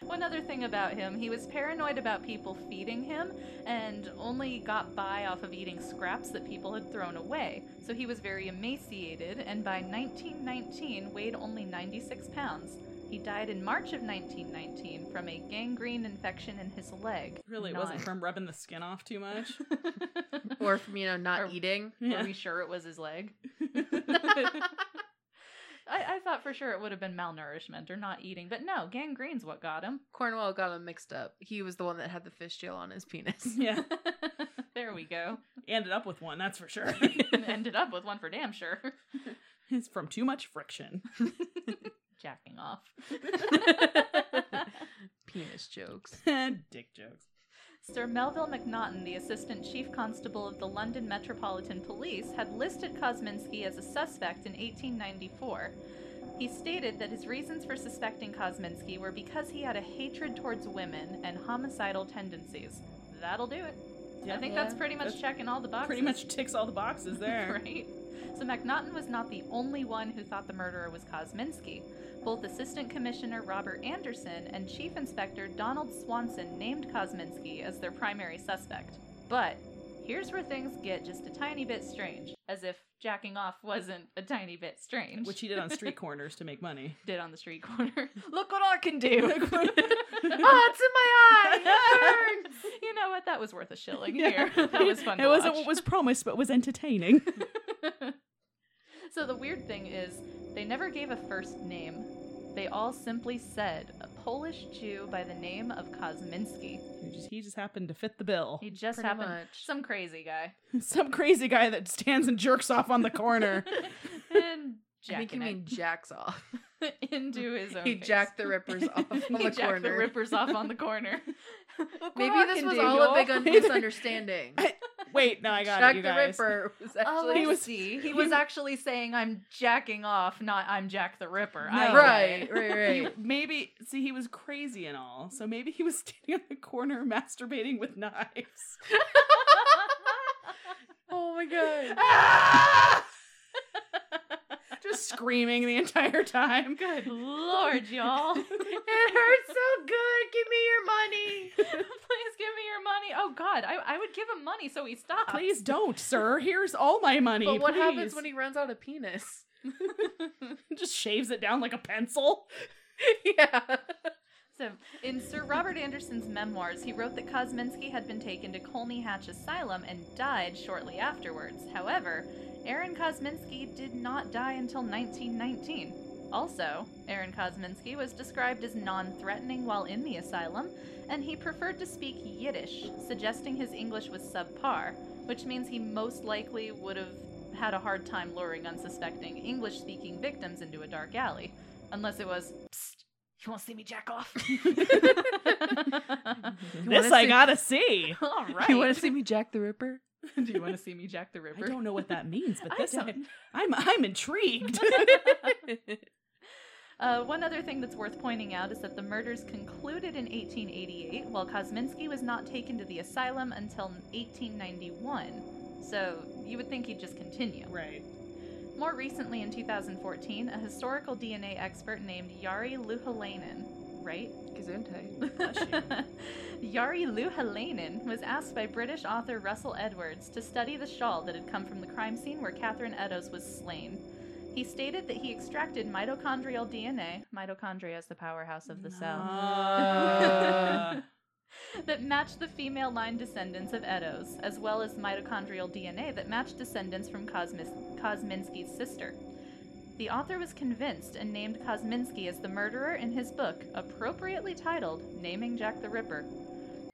S1: One other thing about him, he was paranoid about people feeding him and only got by off of eating scraps that people had thrown away. So he was very emaciated and by 1919 weighed only 96 pounds. He died in March of 1919 from a gangrene infection in his leg.
S2: Really, it wasn't from rubbing the skin off too much.
S1: Not-
S3: Or from, you know, not
S1: Or-
S3: eating?
S1: Were
S2: Yeah.
S1: we sure it was his leg?
S3: That's
S1: I, I thought for sure it would have been malnourishment or not eating, but no, gangrene's what got him.
S3: Cornwell got him mixed up. He was the one that had the fish jail on his penis.
S2: yeah,
S1: there we go.
S2: ended up with one. That's for sure.
S1: Ended up with one for damn sure.
S2: it's from too much friction.
S1: Jacking off.
S3: Penis jokes.
S2: Dick jokes.
S1: Sir Melville MacNaughton, the assistant chief constable of the London Metropolitan Police, had listed Kosminski as a suspect in 1894. He stated that his reasons for suspecting Kosminski were because he had a hatred towards women and homicidal tendencies. That'll do it. I think that's
S3: Yeah.
S1: pretty much
S2: That's
S1: checking all the boxes.
S2: pretty much ticks all the boxes there.
S1: right? So MacNaughton was not the only one who thought the murderer was Kosminski. Both Assistant Commissioner Robert Anderson and Chief Inspector Donald Swanson named Kosminski as their primary suspect. But here's where things get just a tiny bit strange, as if jacking off wasn't a tiny bit strange.
S2: Which he did on street corners to make money.
S1: did on the street corner. Look what I can do!
S2: Look what-
S3: Oh, it's in my eye! It burns!
S1: you know what? That was worth a shilling
S2: Yeah.
S1: here. That was fun.
S2: It
S1: to
S2: wasn't
S1: watch.
S2: what was promised, but was entertaining.
S1: so the weird thing is, they never gave a first name. They all simply said a Polish Jew by the name of Kosminski.
S2: he, just, he just happened to fit the bill.
S1: He just
S3: Pretty
S1: happened
S3: much.
S1: some crazy guy.
S2: Some crazy guy that stands and jerks off on the corner.
S1: and
S3: I think you
S1: jacking
S3: mean jacks off.
S1: it into his own.
S3: he
S1: face.
S3: jacked the rippers off on
S1: He
S3: the
S1: jacked
S3: corner.
S1: the rippers off on the corner.
S3: Maybe this was all a big un- misunderstanding.
S2: Wait, no, I got
S3: Jack
S2: it, you
S3: the
S2: guys.
S3: Ripper was
S1: Oh,
S3: actually
S1: I
S2: He was-
S1: see. He
S2: he-
S1: was actually saying, "I'm jacking off," not "I'm Jack the Ripper." I
S2: No.
S1: get
S3: right,
S1: it.
S3: right,
S2: He-
S3: right.
S2: maybe see he was crazy and all, so maybe he was standing on the corner masturbating with knives.
S3: oh my god.
S2: just screaming the entire time.
S1: Good lord, y'all.
S3: It hurts so good. Give me your money.
S1: Please give me your money. Oh god, I, I would give him money so he stops.
S2: Please don't, sir. Here's all my money.
S3: But what happens
S2: please.
S3: when he runs out of penis?
S2: just shaves it down like a pencil?
S3: yeah.
S1: So, in Sir Robert Anderson's memoirs, he wrote that Kosminski had been taken to Colney Hatch Asylum and died shortly afterwards. However, Aaron Kosminski did not die until 1919. Also, Aaron Kosminski was described as non threatening while in the asylum, and he preferred to speak Yiddish, suggesting his English was subpar, which means he most likely would have had a hard time luring unsuspecting English speaking victims into a dark alley. Unless it was, psst, You won't see me jack off.
S3: You
S2: this
S3: wanna
S2: I
S3: see-
S2: gotta see.
S1: All right.
S3: You want to see me Jack the Ripper?
S1: Do you want to see me jack the
S2: I
S1: ripper?
S2: don't know what that means, but
S1: I
S2: this I
S1: don't.
S2: I'm I'm intrigued.
S1: Uh, one other thing that's worth pointing out is that the murders concluded in 1888, while Kosminski was not taken to the asylum until 1891. So you would think he'd just continue.
S2: right.
S1: More recently, in 2014, a historical DNA expert named Yari Luhalainen, right?
S3: Gesundheit.
S1: Yari Luhalainen was asked by British author Russell Edwards to study the shawl that had come from the crime scene where Catherine Eddowes was slain. He stated that he extracted mitochondrial DNA, mitochondria is the powerhouse of the cell,
S2: Ah.
S1: that matched the female line descendants of Eddowes, as well as mitochondrial DNA that matched descendants from Kosmis- Kosminski's sister. The author was convinced and named Kosminski as the murderer in his book, appropriately titled Naming Jack the Ripper.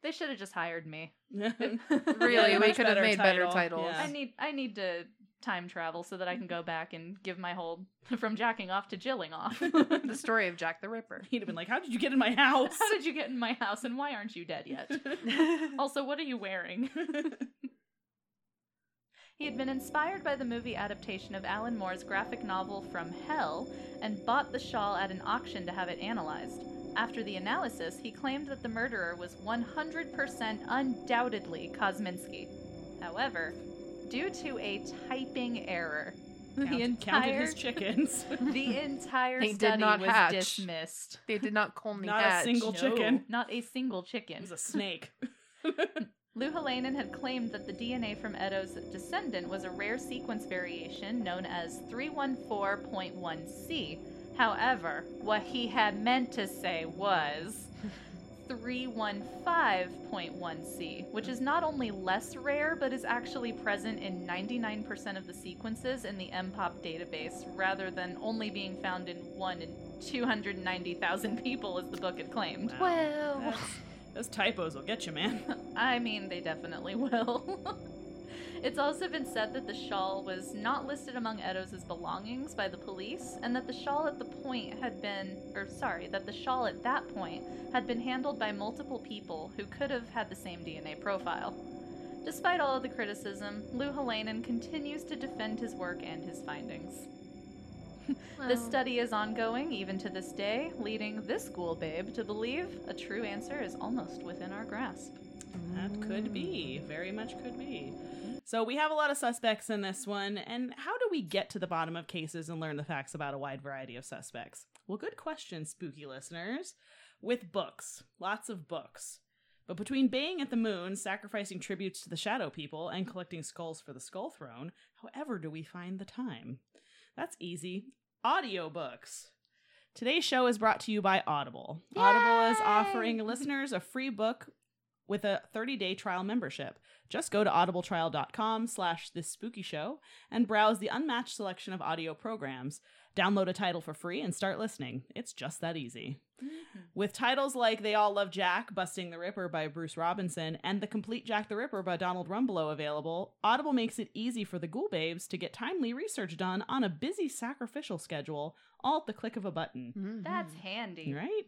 S1: They should have just hired me.
S3: Really,
S2: Yeah,
S3: we
S2: much
S3: could have
S2: better
S3: made better
S2: title.
S3: titles.
S2: Yeah.
S1: I need I need to time travel so that I can go back and give my whole from jacking off to jilling off.
S3: the story of Jack the Ripper.
S2: He'd have been like, "How did you get in my house?"
S1: How did you get in my house and why aren't you dead yet? Also, what are you wearing? he had been inspired by the movie adaptation of Alan Moore's graphic novel From Hell and bought the shawl at an auction to have it analyzed. After the analysis, he claimed that the murderer was 100% undoubtedly Kosminski. However, due to a typing error, the
S2: Count- counted
S1: entire
S2: his chickens.
S1: the entire
S3: They did
S1: study
S3: not
S1: was
S3: hatch.
S1: dismissed.
S3: They did not call me
S2: Not a single chicken.
S1: Not a single
S2: It
S1: chicken.
S2: was a snake.
S1: Lou Halanen had claimed that the DNA from Edo's descendant was a rare sequence variation known as 314.1C. However, what he had meant to say was 315.1C, which is not only less rare, but is actually present in 99% of the sequences in the MPOP database, rather than only being found in 1 in 290,000 people, as the book had claimed.
S2: Wow.
S3: Well,
S1: Oh.
S2: That's- Those typos will get you, man.
S1: I mean, they definitely will. it's also been said that the shawl was not listed among Edo's belongings by the police, and that the shawl at the point had been, or sorry, that the shawl at that point had been handled by multiple people who could have had the same DNA profile. Despite all of the criticism, Lou Halanen continues to defend his work and his findings. This
S3: Oh.
S1: study is ongoing even to this day, leading this school babe to believe a true answer is almost within our grasp.
S2: That could be. Very much could be. So we have a lot of suspects in this one. And how do we get to the bottom of cases and learn the facts about a wide variety of suspects? Well, good question, spooky listeners. With books, lots of books. But between baying at the moon, sacrificing tributes to the shadow people, and collecting skulls for the skull throne, however do we find the time? That's easy. Audiobooks. Today's show is brought to you by Audible. Audible is offering listeners a free book with a 30-day trial membership. Just go to audibletrial.com slash this spooky show and browse the unmatched selection of audio programs. Download a title for free and start listening. It's just that easy. With titles like They All Love Jack, Busting the Ripper by Bruce Robinson, and The Complete Jack the Ripper by Donald Rumbelow available, Audible makes it easy for the Ghoul Babes to get timely research done on a busy sacrificial schedule, all at the click of a button.
S3: Mm-hmm.
S1: That's handy.
S2: Right?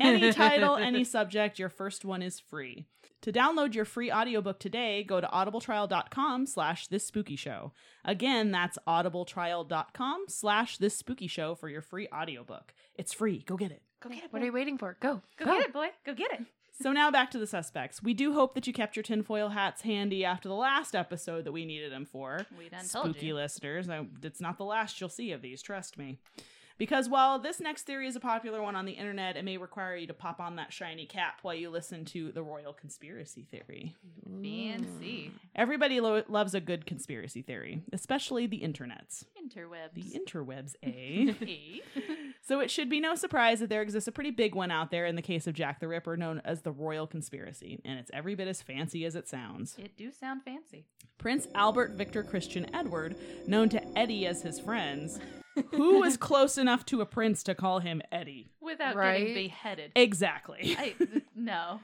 S2: any title, any subject, your first one is free. To download your free audiobook today, go to audibletrial.com slash this spooky show. Again, that's audibletrial.com slash this spooky show for your free audiobook. It's free. Go get it.
S1: Go get it, boy.
S3: What are you waiting for? Go.
S1: Go get it, boy. Go get it.
S2: So now back to the suspects. We do hope that you kept your tinfoil hats handy after the last episode that we needed them for.
S1: We done told
S2: spooky
S1: you.
S2: listeners. I, it's not the last you'll see of these, trust me. Because while this next theory is a popular one on the internet, it may require you to pop on that shiny cap while you listen to the royal conspiracy theory.
S1: BNC.
S2: Everybody lo- loves a good conspiracy theory, especially the internets.
S1: Interwebs.
S2: The interwebs, eh?
S1: Eh?
S2: so it should be no surprise that there exists a pretty big one out there in the case of Jack the Ripper known as the Royal Conspiracy, and it's every bit as fancy as it sounds.
S1: it do sound fancy.
S2: Prince Albert Victor Christian Edward, known to Eddie as his friends, who was close enough to a prince to call him Eddie.
S1: Without
S3: Right?
S1: getting beheaded.
S2: Exactly.
S1: I, no.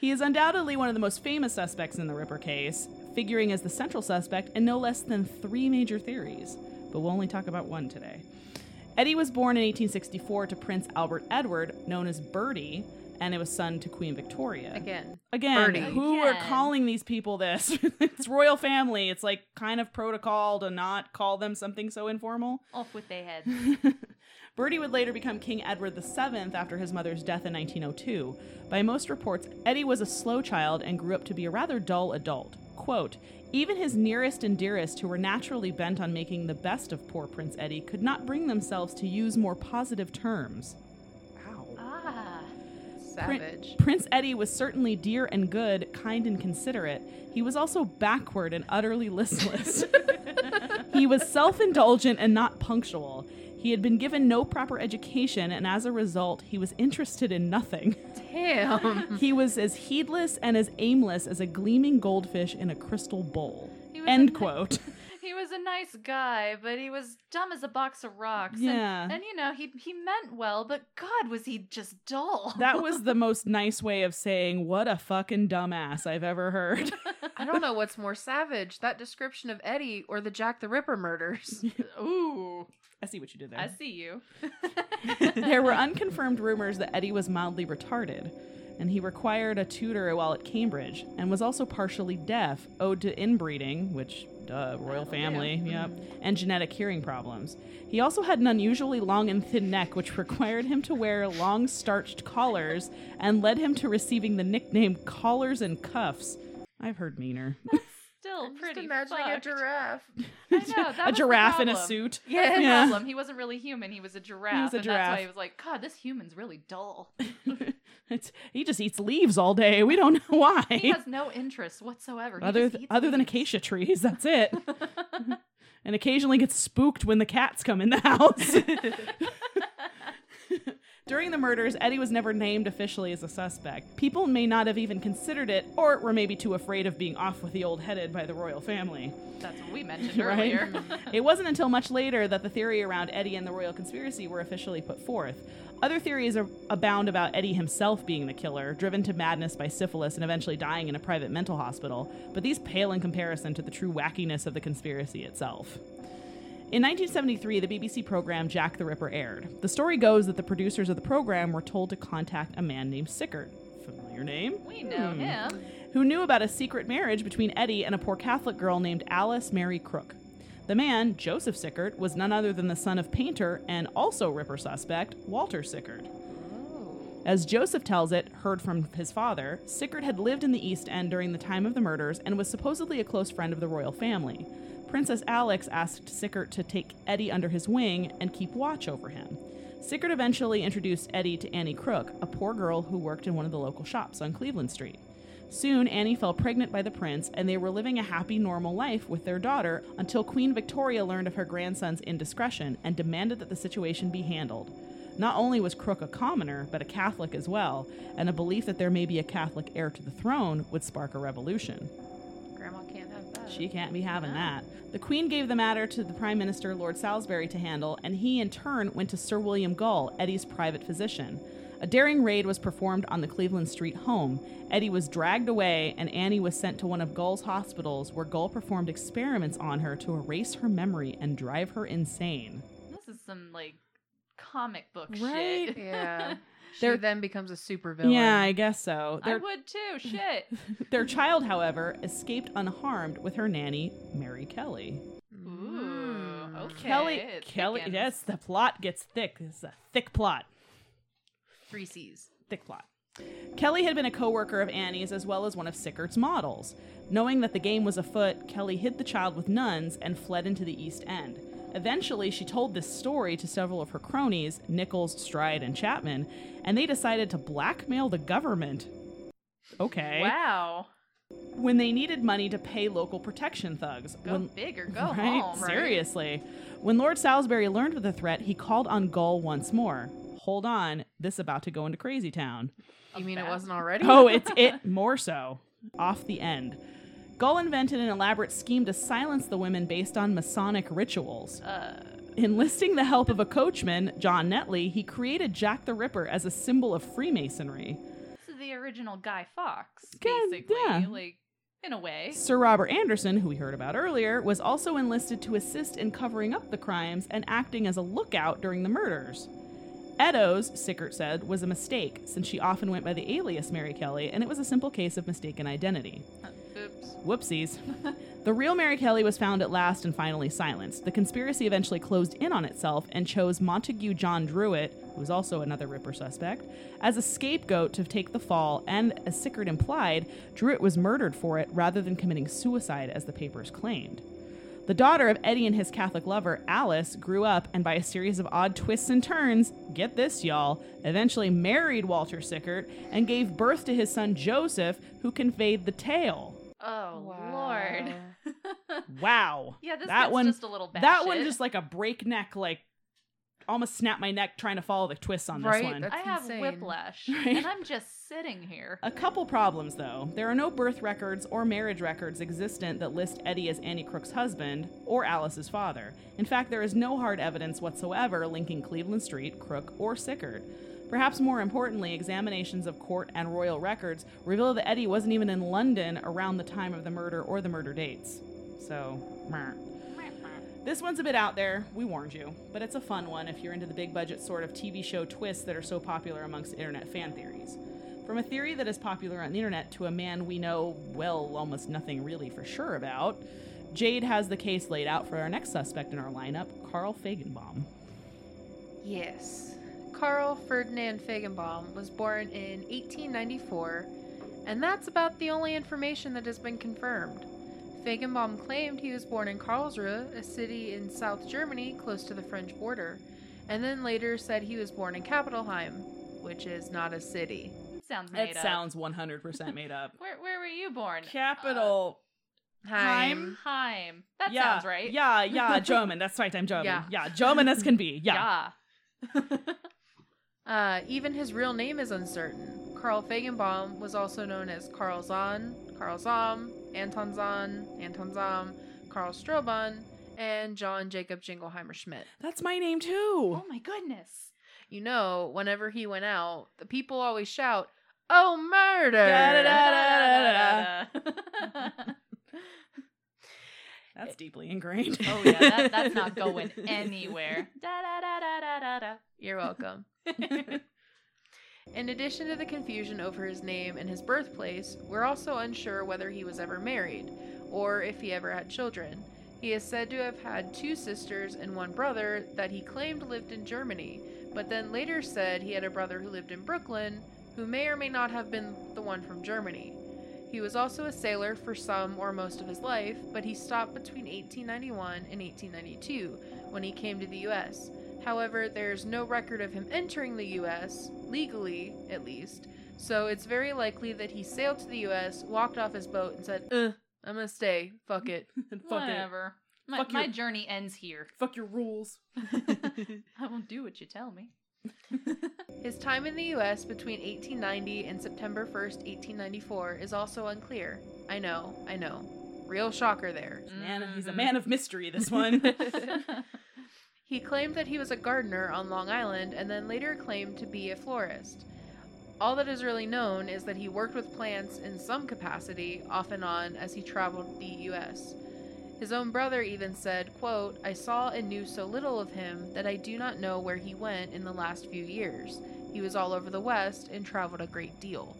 S2: He is undoubtedly one of the most famous suspects in the Ripper case, figuring as the central suspect in no less than three major theories, but we'll only talk about one today. Eddie was born in 1864 to Prince Albert Edward, known as Bertie, and it was son to Queen Victoria.
S3: Again,
S2: Again,
S3: Bertie.
S2: who are
S1: Again.
S2: calling these people this? it's royal family. It's like kind of protocol to not call them something so informal.
S1: Off with their heads.
S2: Bertie would later become King Edward VII after his mother's death in 1902. By most reports, Eddie was a slow child and grew up to be a rather dull adult. Quote, even his nearest and dearest, who were naturally bent on making the best of poor Prince Eddie, could not bring themselves to use more positive terms.
S1: Ah.
S3: savage.
S2: Prince Eddie was certainly dear and good, kind and considerate. He was also backward and utterly listless. he was self indulgent and not punctual. He had been given no proper education, and as a result, he was interested in nothing.
S1: Hmm.
S3: Damn.
S2: He was as heedless and as aimless as a gleaming goldfish in a crystal bowl.
S1: He was a
S2: End
S1: ni-
S2: quote.
S1: He was a nice guy, but he was dumb as a box of rocks. And-
S2: Yeah.
S1: And, you know, he he meant well, but God, was he just dull.
S2: That was the most nice way of saying, what a fucking dumbass I've ever heard.
S3: I don't know what's more savage, that description of Eddie or the Jack the Ripper murders.
S1: Ooh.
S2: I see what you did there.
S1: I see you.
S2: there were unconfirmed rumors that Eddie was mildly retarded, and he required a tutor while at Cambridge, and was also partially deaf, owed to inbreeding, which, duh, royal
S1: Oh,
S3: That'll
S2: family,
S3: do.
S2: yep,
S1: Mm-hmm.
S2: and genetic hearing problems. He also had an unusually long and thin neck, which required him to wear long, starched collars, and led him to receiving the nickname Collars and Cuffs. I've heard meaner.
S1: Still
S3: I'm just
S1: pretty
S3: imagining
S1: fucked.
S3: a giraffe.
S1: I know, that was
S2: a
S1: the
S2: giraffe in a
S1: problem.
S2: suit.
S1: Yeah, the
S2: Yeah.
S1: problem. He wasn't really human. He was a giraffe.
S2: a
S1: And that's
S2: giraffe.
S1: why he was like, God, this human's really dull.
S2: it's, he just eats leaves all day. We don't know why.
S1: He has no interest whatsoever. He
S2: other
S1: just eats
S2: other than
S1: meat.
S2: acacia trees. That's it. and occasionally gets spooked when the cats come in the house. During the murders, Eddie was never named officially as a suspect. People may not have even considered it, or were maybe too afraid of being off with the old headed by the royal family.
S1: That's what we mentioned
S2: Right?
S1: earlier.
S2: It wasn't until much later that the theory around Eddie and the royal conspiracy were officially put forth. Other theories are abound about Eddie himself being the killer, driven to madness by syphilis and eventually dying in a private mental hospital, but these pale in comparison to the true wackiness of the conspiracy itself. In 1973, the BBC program Jack the Ripper aired. The story goes that the producers of the program were told to contact a man named Sickert. Familiar name?
S1: we know
S2: Hmm
S1: him.
S2: who knew about a secret marriage between Eddie and a poor Catholic girl named Alice Mary Crook. The man, Joseph Sickert, was none other than the son of painter and also Ripper suspect, Walter Sickert. As Joseph tells it, heard from his father, Sickert had lived in the East End during the time of the murders and was supposedly a close friend of the royal family. Princess Alex asked Sickert to take Eddie under his wing and keep watch over him. Sickert eventually introduced Eddie to Annie Crook, a poor girl who worked in one of the local shops on Cleveland Street. Soon, Annie fell pregnant by the prince, and they were living a happy, normal life with their daughter until Queen Victoria learned of her grandson's indiscretion and demanded that the situation be handled. Not only was Crook a commoner, but a Catholic as well, and a belief that there may be a Catholic heir to the throne would spark a revolution.
S3: Grandma can't have that.
S2: She can't be having that. The Queen gave the matter to the Prime Minister, Lord Salisbury, to handle, and he in turn went to Sir William Gull, Eddie's private physician. A daring raid was performed on the Cleveland Street home. Eddie was dragged away, and Annie was sent to one of Gull's hospitals, where Gull performed experiments on her to erase her memory and drive her insane.
S1: This is some like comic book
S2: Right?
S1: shit.
S3: Yeah. She
S2: They're-
S3: then becomes a supervillain.
S2: Yeah, I guess so.
S1: I
S2: Their,
S1: would too. Shit.
S2: their child, however, escaped unharmed with her nanny, Mary Kelly.
S1: Ooh. oh,
S3: Mm.
S1: Okay.
S2: Hmm. Kelly,
S1: it
S2: Kelly,
S1: thickens.
S2: yes, the plot gets thick. This is a thick plot.
S3: Three C's.
S2: thick plot. Kelly had been a coworker of Annie's as well as one of Sickert's models. Knowing that the game was afoot, Kelly hid the child with nuns and fled into the East End. Eventually, she told this story to several of her cronies, Nichols, Stride, and Chapman, and they decided to blackmail the government. Okay.
S1: Wow.
S2: When they needed money to pay local protection thugs.
S1: Go
S2: when,
S1: big or go
S2: right?
S1: home.
S2: Seriously. When Lord Salisbury learned of the threat, he called on Gull once more. Hold on, this about to go into Crazy Town.
S3: You mean it
S1: that.
S3: wasn't already?
S2: Oh, it's it more so. Off the end. Gull invented an elaborate scheme to silence the women based on Masonic rituals.
S1: Uh,
S2: Enlisting the help of a coachman, John Netley, he created Jack the Ripper as a symbol of Freemasonry.
S1: this is the original Guy Fox,
S2: Good,
S1: basically.
S2: yeah.
S1: Like in a way.
S2: Sir Robert Anderson, who we heard about earlier, was also enlisted to assist in covering up the crimes and acting as a lookout during the murders. Edo's, Sickert said, was a mistake, since she often went by the alias Mary Kelly, and it was a simple case of mistaken identity.
S1: Oops.
S2: Whoopsies. the real Mary Kelly was found at last and finally silenced. The conspiracy eventually closed in on itself and chose Montague John Druitt, who was also another Ripper suspect, as a scapegoat to take the fall, and as Sickert implied, Druitt was murdered for it rather than committing suicide as the papers claimed. The daughter of Eddie and his Catholic lover, Alice, grew up and by a series of odd twists and turns, get this, y'all, eventually married Walter Sickert and gave birth to his son Joseph, who conveyed the tale.
S1: Oh lord.
S3: Wow.
S2: Wow.
S1: yeah, this
S2: That
S1: one's
S2: one-
S1: just a little bad.
S2: that one just like a breakneck, like almost snapped my neck trying to follow the twists on
S3: Right,
S2: this one.
S3: that's
S1: I have
S3: insane.
S1: whiplash,
S2: Right.
S1: and I'm just sitting here.
S2: A couple problems, though. There are no birth records or marriage records existent that list Eddie as Annie Crook's husband or Alice's father. In fact, there is no hard evidence whatsoever linking Cleveland Street, Crook, or Sickard. Perhaps more importantly, examinations of court and royal records reveal that Eddie wasn't even in London around the time of the murder or the murder dates. So, meh. This one's a bit out there, we warned you, but it's a fun one if you're into the big budget sort of TV show twists that are so popular amongst internet fan theories. From a theory that is popular on the internet to a man we know, well, almost nothing really for sure about, Jade has the case laid out for our next suspect in our lineup, Carl Fagenbaum.
S3: Yes. Carl Ferdinand Feigenbaum was born in 1894, and that's about the only information that has been confirmed. Feigenbaum claimed he was born in Karlsruhe, a city in South Germany close to the French border, and then later said he was born in Capitalheim, which is not a city.
S1: It sounds made
S2: That
S1: up.
S2: sounds 100% made up.
S1: Where where were you born?
S2: Capital. Heim?
S1: Heim. Uh, That
S2: yeah,
S1: sounds right.
S2: Yeah, yeah, German. That's right, I'm German. Yeah,
S3: Yeah.
S2: German as can be. Yeah.
S1: Yeah.
S3: Uh, even his real name is uncertain. Carl Fagenbaum was also known as Carl Zahn, Carl Zahm, Anton Zahn, Anton Zahm, Carl Stroban, and John Jacob Jingleheimer Schmidt.
S2: That's my name too.
S1: Oh my goodness.
S3: You know, whenever he went out, the people always shout, Oh, murder!
S2: Da-da-da-da-da-da-da. That's deeply ingrained.
S1: oh yeah, that, that's not going anywhere. Da da da da da da da.
S3: You're welcome. In addition to the confusion over his name and his birthplace, we're also unsure whether he was ever married or if he ever had children. He is said to have had two sisters and one brother that he claimed lived in Germany, but then later said he had a brother who lived in Brooklyn, who may or may not have been the one from Germany. He was also a sailor for some or most of his life, but he stopped between 1891 and 1892 when he came to the US. However, there's no record of him entering the US, legally at least, so it's very likely that he sailed to the US, walked off his boat, and said, Ugh, I'm gonna stay, fuck it.
S2: Fuck it.
S1: Whatever. My,
S2: Fuck
S1: my
S2: your-
S1: journey ends here.
S2: Fuck your rules.
S1: I won't do what you tell me.
S3: His time in the US between 1890 and September 1st, 1894 is also unclear. I know, I know. Real shocker there.
S2: Man, he's a
S1: Mhm.
S2: man of mystery, this one.
S3: He claimed that he was a gardener on Long Island and then later claimed to be a florist. All that is really known is that he worked with plants in some capacity off and on as he traveled the US. His own brother even said, quote, I saw and knew so little of him that I do not know where he went in the last few years. He was all over the West and traveled a great deal.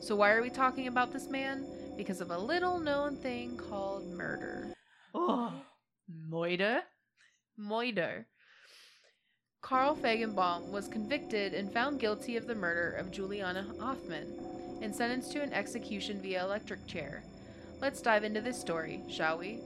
S3: So why are we talking about this man? Because of a little known thing called murder.
S1: oh, Moida.
S3: Moider. Carl Fagenbaum was convicted and found guilty of the murder of Juliana Hoffman and sentenced to an execution via electric chair. Let's dive into this story, shall we?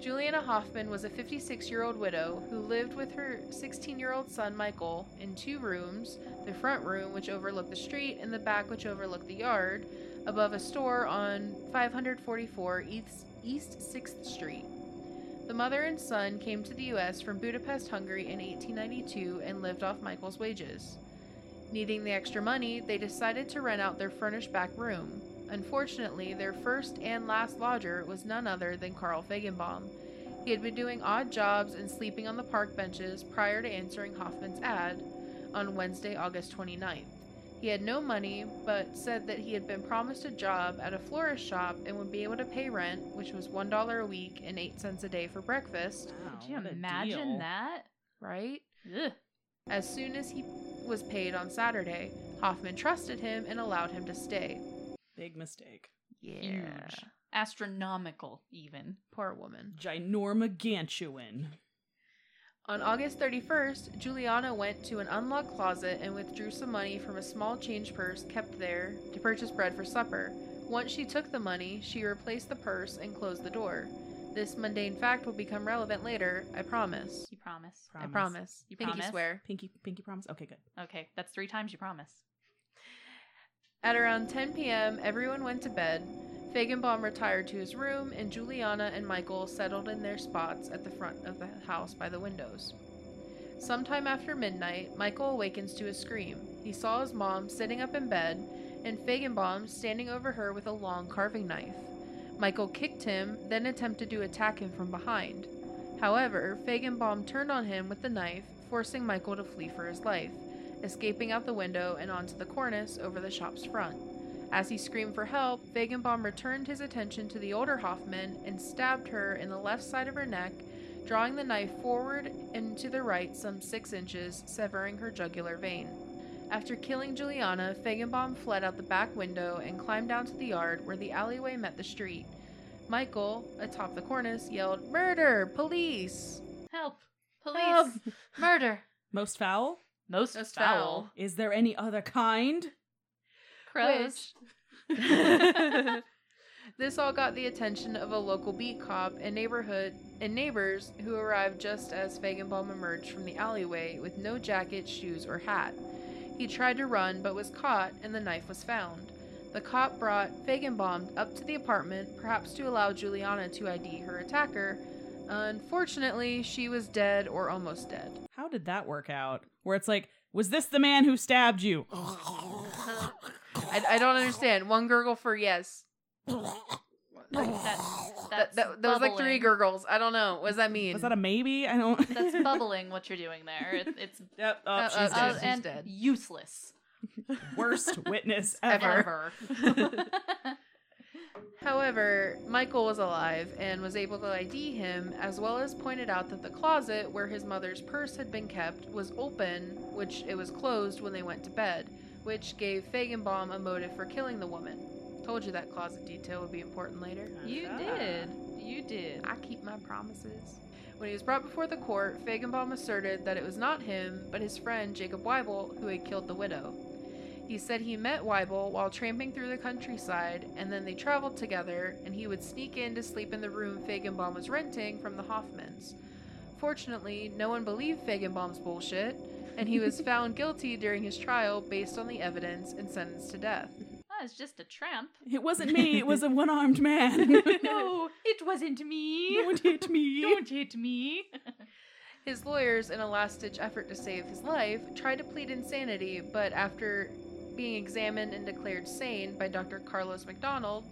S3: Juliana Hoffman was a 56 year old widow who lived with her 16 year old son Michael in two rooms the front room, which overlooked the street, and the back, which overlooked the yard, above a store on 544 East, East 6th Street. The mother and son came to the U.S. from Budapest, Hungary in 1892 and lived off Michael's wages. Needing the extra money, they decided to rent out their furnished back room. Unfortunately, their first and last lodger was none other than Carl Fagenbaum. He had been doing odd jobs and sleeping on the park benches prior to answering Hoffman's ad on Wednesday, August 29th. He had no money, but said that he had been promised a job at a florist shop and would be able to pay rent, which was $1 a week and 8 cents a day for breakfast,
S1: Could you imagine that?
S3: right?
S1: Ugh.
S3: As soon as he was paid on Saturday, Hoffman trusted him and allowed him to stay.
S2: Big mistake.
S1: Huge. Astronomical, even.
S3: Poor woman.
S2: Ginormagantuan.
S3: On August 31st, Juliana went to an unlocked closet and withdrew some money from a small change purse kept there to purchase bread for supper. Once she took the money, she replaced the purse and closed the door. This mundane fact will become relevant later, I promise.
S1: You promise.
S3: I promise.
S1: You
S3: Pinky
S1: promise?
S3: swear.
S2: Pinky, pinky promise. Okay, good.
S1: Okay, that's three times you promise.
S3: At around 10 p.m., everyone went to bed. Fagenbaum retired to his room, and Juliana and Michael settled in their spots at the front of the house by the windows. Sometime after midnight, Michael awakens to a scream. He saw his mom sitting up in bed, and Fagenbaum standing over her with a long carving knife. Michael kicked him, then attempted to attack him from behind. However, Fagenbaum turned on him with the knife, forcing Michael to flee for his life escaping out the window and onto the cornice over the shop's front. As he screamed for help, Fagenbaum returned his attention to the older Hoffman and stabbed her in the left side of her neck, drawing the knife forward and to the right some six inches, severing her jugular vein. After killing Juliana, Fagenbaum fled out the back window and climbed down to the yard where the alleyway met the street. Michael, atop the cornice, yelled, Murder! Police!
S1: Help! Police!
S3: Help! Murder!
S2: Most foul?
S1: Most
S3: That's
S1: foul.
S3: foul.
S2: Is there any other kind?
S1: Crows.
S3: this all got the attention of a local beat cop and neighborhood and neighbors who arrived just as Fagenbaum emerged from the alleyway with no jacket, shoes, or hat. He tried to run but was caught and the knife was found. The cop brought Fagenbaum up to the apartment, perhaps to allow Juliana to ID her attacker. Unfortunately, she was dead or almost dead.
S2: How did that work out? Where it's like, was this the man who stabbed you?
S1: Oh.
S3: I, I don't understand. One gurgle for yes.
S1: Like that,
S3: That,
S1: that's
S3: that, that was like three
S1: bubbling.
S3: gurgles. I don't know. What does that mean?
S2: Was that a maybe? I don't.
S1: That's bubbling what you're doing there. It, it's
S2: Yep. Oh,
S3: Uh,
S2: she's
S3: uh,
S1: uh,
S2: dead.
S1: and
S3: dead.
S1: useless
S2: Worst witness ever.
S1: ever.
S3: However, Michael was alive and was able to ID him, as well as pointed out that the closet where his mother's purse had been kept was open, which it was closed when they went to bed, which gave Fagenbaum a motive for killing the woman. Told you that closet detail would be important later.
S1: you did. You did.
S3: I keep my promises. When he was brought before the court, Fagenbaum asserted that it was not him, but his friend Jacob Weibel who had killed the widow. He said he met Weibel while tramping through the countryside, and then they traveled together, and he would sneak in to sleep in the room Fagenbaum was renting from the Hoffmans. Fortunately, no one believed Fagenbaum's bullshit, and he was found guilty during his trial based on the evidence and sentenced to death.
S1: I was just a tramp.
S2: It wasn't me. It was a one-armed man.
S1: no, it wasn't me.
S2: Don't hit me.
S1: Don't hit me.
S3: His lawyers, in a last ditch effort to save his life, tried to plead insanity, but after being examined and declared sane by Dr. Carlos McDonald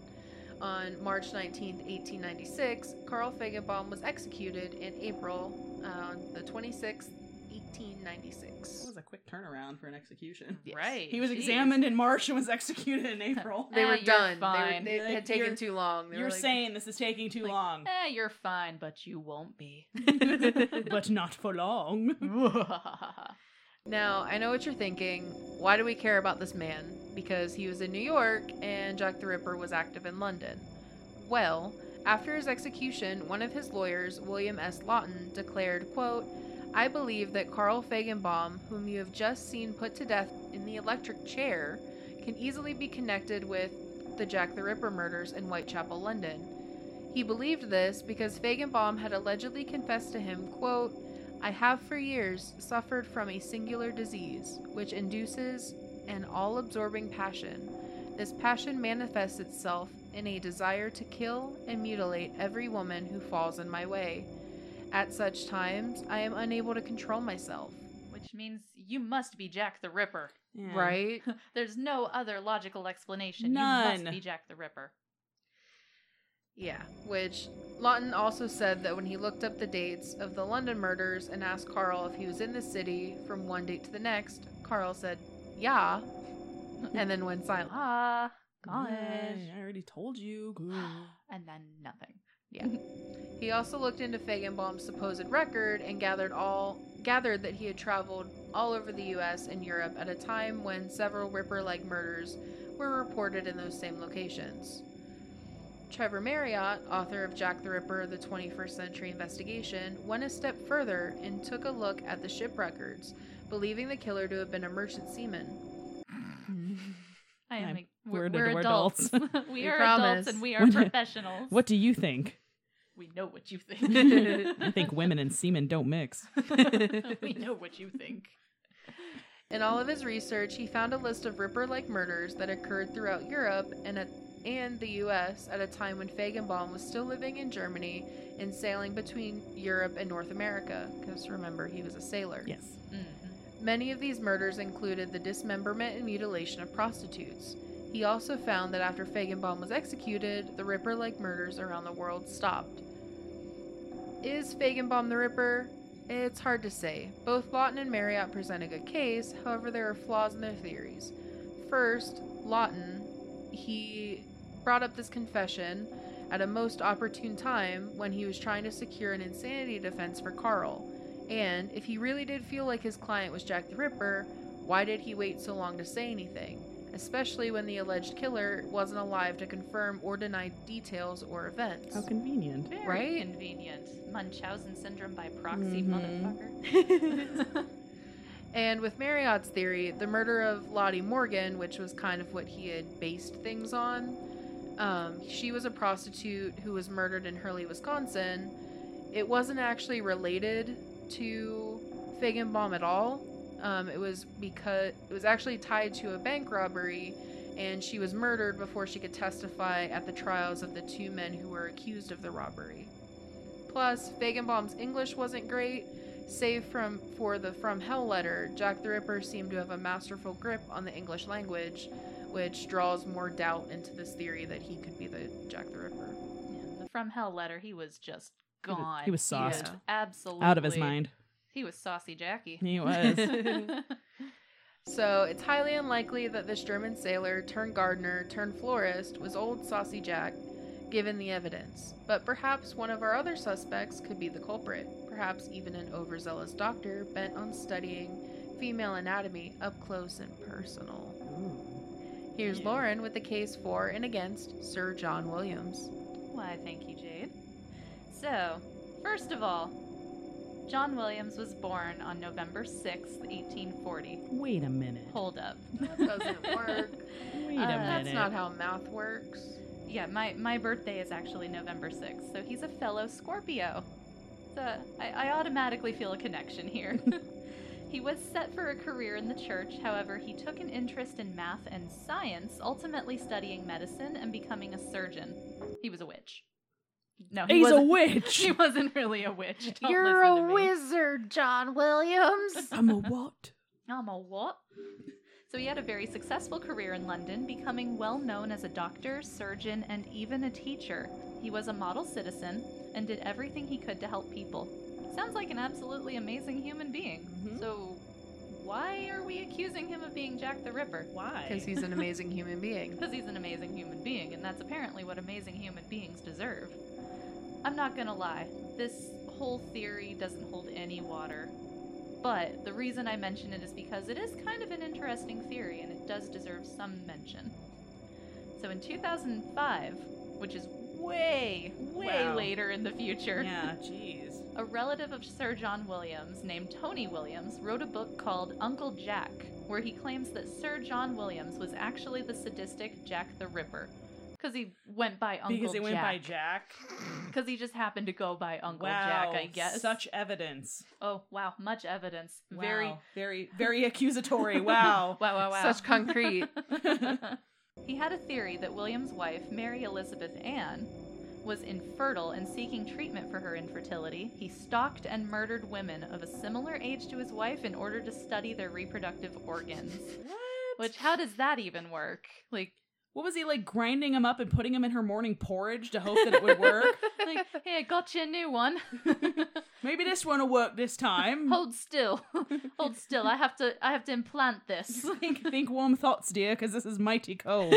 S3: on March 19, 1896, Carl Fagenbaum was executed in April uh, on the 26th, 1896.
S2: That was a quick turnaround for an execution.
S3: Yes.
S1: Right.
S2: He was
S1: jeez.
S2: examined in March and was executed in April.
S3: They
S1: Eh,
S3: were
S1: you're
S3: done. They, were,
S1: fine.
S3: they
S2: Like,
S3: had taken
S2: you're-
S3: too long. They were
S2: You're
S3: like,
S2: saying this is taking too
S1: like,
S2: long,
S1: Eh, you're fine, but you won't be.
S2: but not for long.
S3: Now, I know what you're thinking. Why do we care about this man? Because he was in New York and Jack the Ripper was active in London. Well, after his execution, one of his lawyers, William S. Lawton, declared, quote, I believe that Carl Fagenbaum, whom you have just seen put to death in the electric chair, can easily be connected with the Jack the Ripper murders in Whitechapel, London. He believed this because Fagenbaum had allegedly confessed to him, quote, I have for years suffered from a singular disease, which induces an all absorbing passion. This passion manifests itself in a desire to kill and mutilate every woman who falls in my way. At such times, I am unable to control myself.
S1: Which means you must be Jack the Ripper.
S2: Yeah.
S3: Right?
S1: There's no other logical explanation. You
S2: None.
S1: must be Jack the Ripper.
S3: Yeah, which Lawton also said that when he looked up the dates of the London murders and asked Carl if he was in the city from one date to the next, Carl said, Yeah, and then went silent.
S1: Ah, gosh.
S2: Yay, I already told you.
S1: and then nothing.
S3: He also looked into Fagenbaum's supposed record and gathered all gathered that he had traveled all over the US and Europe at a time when several Ripper-like murders were reported in those same locations. Trevor Marriott, author of Jack the Ripper: The 21st Century Investigation, went a step further and took a look at the ship records, believing the killer to have been a merchant seaman.
S1: I am.
S2: I'm
S1: a- we're,
S2: weirded
S1: we're
S2: we're
S1: adults. we
S3: We
S1: are adults
S3: promise.
S1: and we are
S2: When-
S1: professionals.
S2: what do you think?
S1: We know what you think.
S2: I think women and semen don't mix.
S1: we know what you think.
S3: In all of his research, he found a list of Ripper-like murders that occurred throughout Europe and at, and the U.S. at a time when Fagenbaum was still living in Germany and sailing between Europe and North America. Because remember, he was a sailor.
S2: Yes.
S1: Mm-hmm.
S3: Many of these murders included the dismemberment and mutilation of prostitutes. He also found that after Fagenbaum was executed, the Ripper like murders around the world stopped. Is Fagenbaum the Ripper? It's hard to say. Both Lawton and Marriott present a good case, however, there are flaws in their theories. First, Lawton, he brought up this confession at a most opportune time when he was trying to secure an insanity defense for Carl. And if he really did feel like his client was Jack the Ripper, why did he wait so long to say anything? Especially when the alleged killer wasn't alive to confirm or deny details or events.
S2: How convenient.
S1: Very
S3: Right?
S1: convenient. Munchausen syndrome by proxy,
S2: Mhm.
S1: motherfucker.
S3: And with Marriott's theory, the murder of Lottie Morgan, which was kind of what he had based things on, um, she was a prostitute who was murdered in Hurley, Wisconsin. It wasn't actually related to Fagenbaum at all. Um, it was because it was actually tied to a bank robbery, and she was murdered before she could testify at the trials of the two men who were accused of the robbery. Plus, Fagenbaum's English wasn't great, Save from for the From Hell letter, Jack the Ripper seemed to have a masterful grip on the English language, which draws more doubt into this theory that he could be the Jack the Ripper.
S1: Yeah, the from hell letter, he was just
S2: He was-
S1: gone.
S2: he was sauced.
S1: absolutely
S2: Out of his mind.
S1: He was saucy Jackie.
S2: He was.
S3: So it's highly unlikely that this German sailor turned gardener turned florist was old Saucy Jack, given the evidence. But perhaps one of our other suspects could be the culprit, perhaps even an overzealous doctor bent on studying female anatomy up close and personal. Here's
S1: Yeah.
S3: Lauren with the case for and against Sir John Williams.
S1: Why, thank you, Jade. So, first of all, John Williams was born on November 6th, 1840.
S2: Wait a minute.
S1: Hold up.
S3: That doesn't work.
S2: Wait a
S1: Uh,
S2: minute.
S3: That's not how math works.
S1: Yeah, my, my birthday is actually November 6th, so he's a fellow Scorpio. So I, I automatically feel a connection here. he was set for a career in the church, however, he took an interest in math and science, ultimately studying medicine and becoming a surgeon. He was a witch. No, he
S2: He's a
S1: wasn't-
S2: witch.
S1: She wasn't really a witch. Don't
S3: You're
S1: listen
S3: a
S1: to me.
S3: wizard, John Williams.
S2: I'm a what?
S1: I'm a what? So he had a very successful career in London, becoming well known as a doctor, surgeon, and even a teacher. He was a model citizen and did everything he could to help people. Sounds like an absolutely amazing human being.
S3: Mm-hmm.
S2: Mhm.
S1: So why are we accusing him of being Jack the Ripper?
S2: Why?
S3: Because he's an amazing human being.
S1: Because he's an amazing human being, and that's apparently what amazing human beings deserve. I'm not gonna lie, this whole theory doesn't hold any water. But the reason I mention it is because it is kind of an interesting theory, and it does deserve some mention. So in 2005, which is way, way
S2: Wow.
S1: later in the future,
S2: Yeah, jeez.
S1: a relative of Sir John Williams, named Tony Williams, wrote a book called Uncle Jack, where he claims that Sir John Williams was actually the sadistic Jack the Ripper. Because he went by Uncle
S2: because
S1: Jack.
S2: it went by Jack.
S1: Because he just happened to go by Uncle
S2: wow,
S1: Jack, I guess.
S2: Such evidence.
S1: Oh, wow. Much evidence. Very.
S2: Wow. very, very accusatory. Wow.
S1: Wow, wow, wow.
S3: Such concrete.
S1: he had a theory that William's wife, Mary Elizabeth Ann, was infertile and seeking treatment for her infertility. He stalked and murdered women of a similar age to his wife in order to study their reproductive organs.
S2: what?
S1: Which, how does that even work? Like,
S2: What was he like grinding them up and putting them in her morning porridge to hope that it would work?
S1: Like, hey, I got you a new one.
S2: Maybe this one'll work this time.
S1: Hold still. Hold still. I have to I have to implant this.
S2: think, think warm thoughts, dear, because this is mighty cold.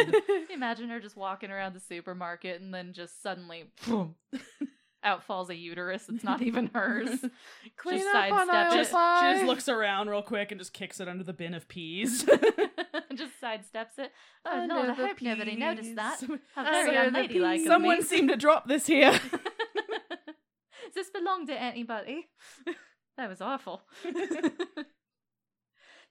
S1: Imagine her just walking around the supermarket and then just suddenly out falls a uterus. It's not even hers.
S3: Clean
S1: Just
S3: up on
S1: sidestep
S3: aisle
S1: it.
S2: just, she
S3: five.
S2: just looks around real quick and just kicks it under the bin of peas.
S1: just sidesteps it. Oh no,
S3: Under
S1: I
S3: the
S1: hope nobody noticed that.
S2: Some-
S1: How very
S3: Under the
S1: unladylike. of me.
S2: Someone seemed to drop this here.
S1: Does this belong to anybody? that was awful.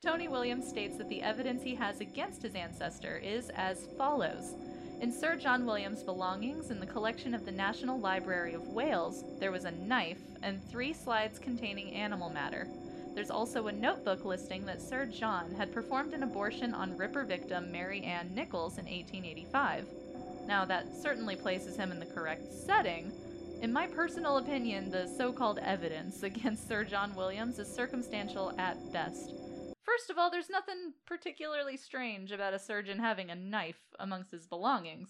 S1: Tony Williams states that the evidence he has against his ancestor is as follows. In Sir John Williams' belongings in the collection of the National Library of Wales, there was a knife and three slides containing animal matter. There's also a notebook listing that Sir John had performed an abortion on Ripper victim Mary Ann Nichols in 1885. Now, that certainly places him in the correct setting. In my personal opinion, the so called evidence against Sir John Williams is circumstantial at best. First of all, there's nothing particularly strange about a surgeon having a knife amongst his belongings.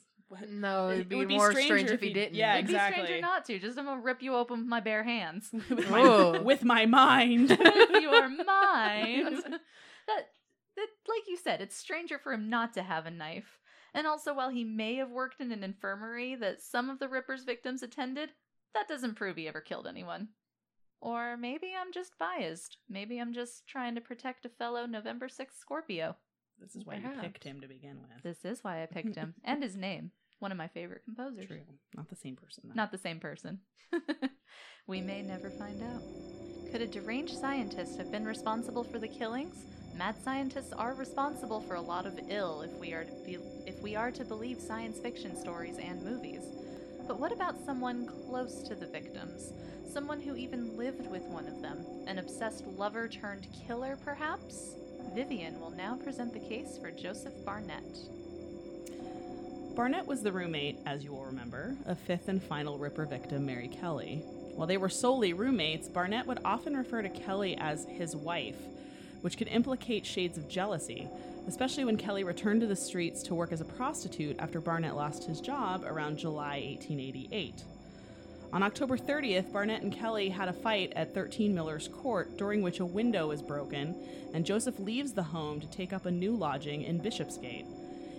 S3: no,
S2: It
S3: it'd be
S2: would be
S3: more
S2: stranger
S3: strange
S2: if
S3: if he
S2: he-
S3: didn't.
S2: yeah,
S1: It'd be
S2: Exactly.
S1: stranger not to. Just I'm gonna rip you open with my bare hands.
S2: with,
S3: Whoa.
S2: my, with my mind.
S1: If you are mine. that, that, like you said, it's stranger for him not to have a knife. And also, while he may have worked in an infirmary that some of the Ripper's victims attended, that doesn't prove he ever killed anyone. Or maybe I'm just biased. Maybe I'm just trying to protect a fellow November 6th Scorpio.
S2: This is why you
S3: Perhaps.
S2: picked him to begin with.
S1: This is why I picked him. and his name. One of my favorite composers.
S2: True. Not the same person. Though.
S1: Not the same person. we may never find out. Could a deranged scientist have been responsible for the killings? Mad scientists are responsible for a lot of ill if we are to be, if we are to believe science fiction stories and movies. But what about someone close to the victims? Someone who even lived with one of them? An obsessed lover turned killer, perhaps? Vivian will now present the case for Joseph Barnett.
S2: Barnett was the roommate, as you will remember, of fifth and final Ripper victim Mary Kelly. While they were solely roommates, Barnett would often refer to Kelly as his wife, which could implicate shades of jealousy, especially when Kelly returned to the streets to work as a prostitute after Barnett lost his job around July 1888. On October 30th, Barnett and Kelly had a fight at 13 Miller's Court, during which a window is broken, and Joseph leaves the home to take up a new lodging in Bishopsgate.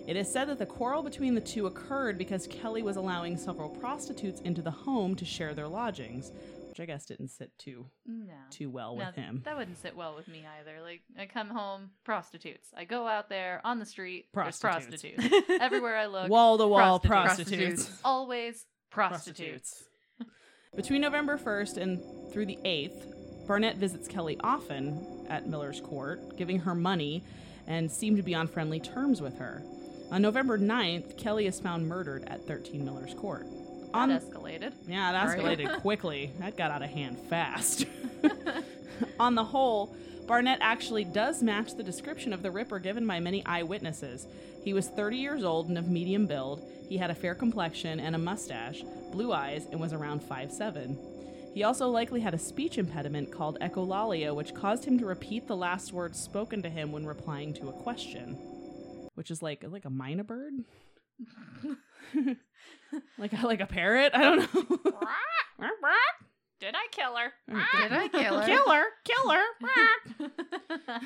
S2: It is said that the quarrel between the two occurred because Kelly was allowing several prostitutes into the home to share their lodgings, which I guess didn't sit too
S1: No.
S2: too well
S1: No,
S2: with him.
S1: That wouldn't sit well with me either. Like, I come home, prostitutes. I go out there on the street,
S2: Prostitutes.
S1: there's prostitutes. Everywhere I look,
S2: Wall to wall
S1: prostitutes.
S2: prostitutes.
S1: always prostitutes.
S2: Between November 1st and through the 8th, Barnett visits Kelly often at Miller's Court, giving her money and seemed to be on friendly terms with her. On November 9th, Kelly is found murdered at 13 Miller's Court.
S1: That
S2: On
S1: escalated.
S2: Yeah, that
S3: Right.
S2: escalated quickly. That got out of hand fast. On the whole, Barnett actually does match the description of the Ripper given by many eyewitnesses. He was 30 years old and of medium build. He had a fair complexion and a mustache, blue eyes, and was around 5'7. He also likely had a speech impediment called echolalia, which caused him to repeat the last words spoken to him when replying to a question, which is like like a minor bird, like a, like a parrot. I don't know. Mm.
S1: Did I kill her?
S3: Did I kill her?
S2: Killer, killer.
S1: Ah!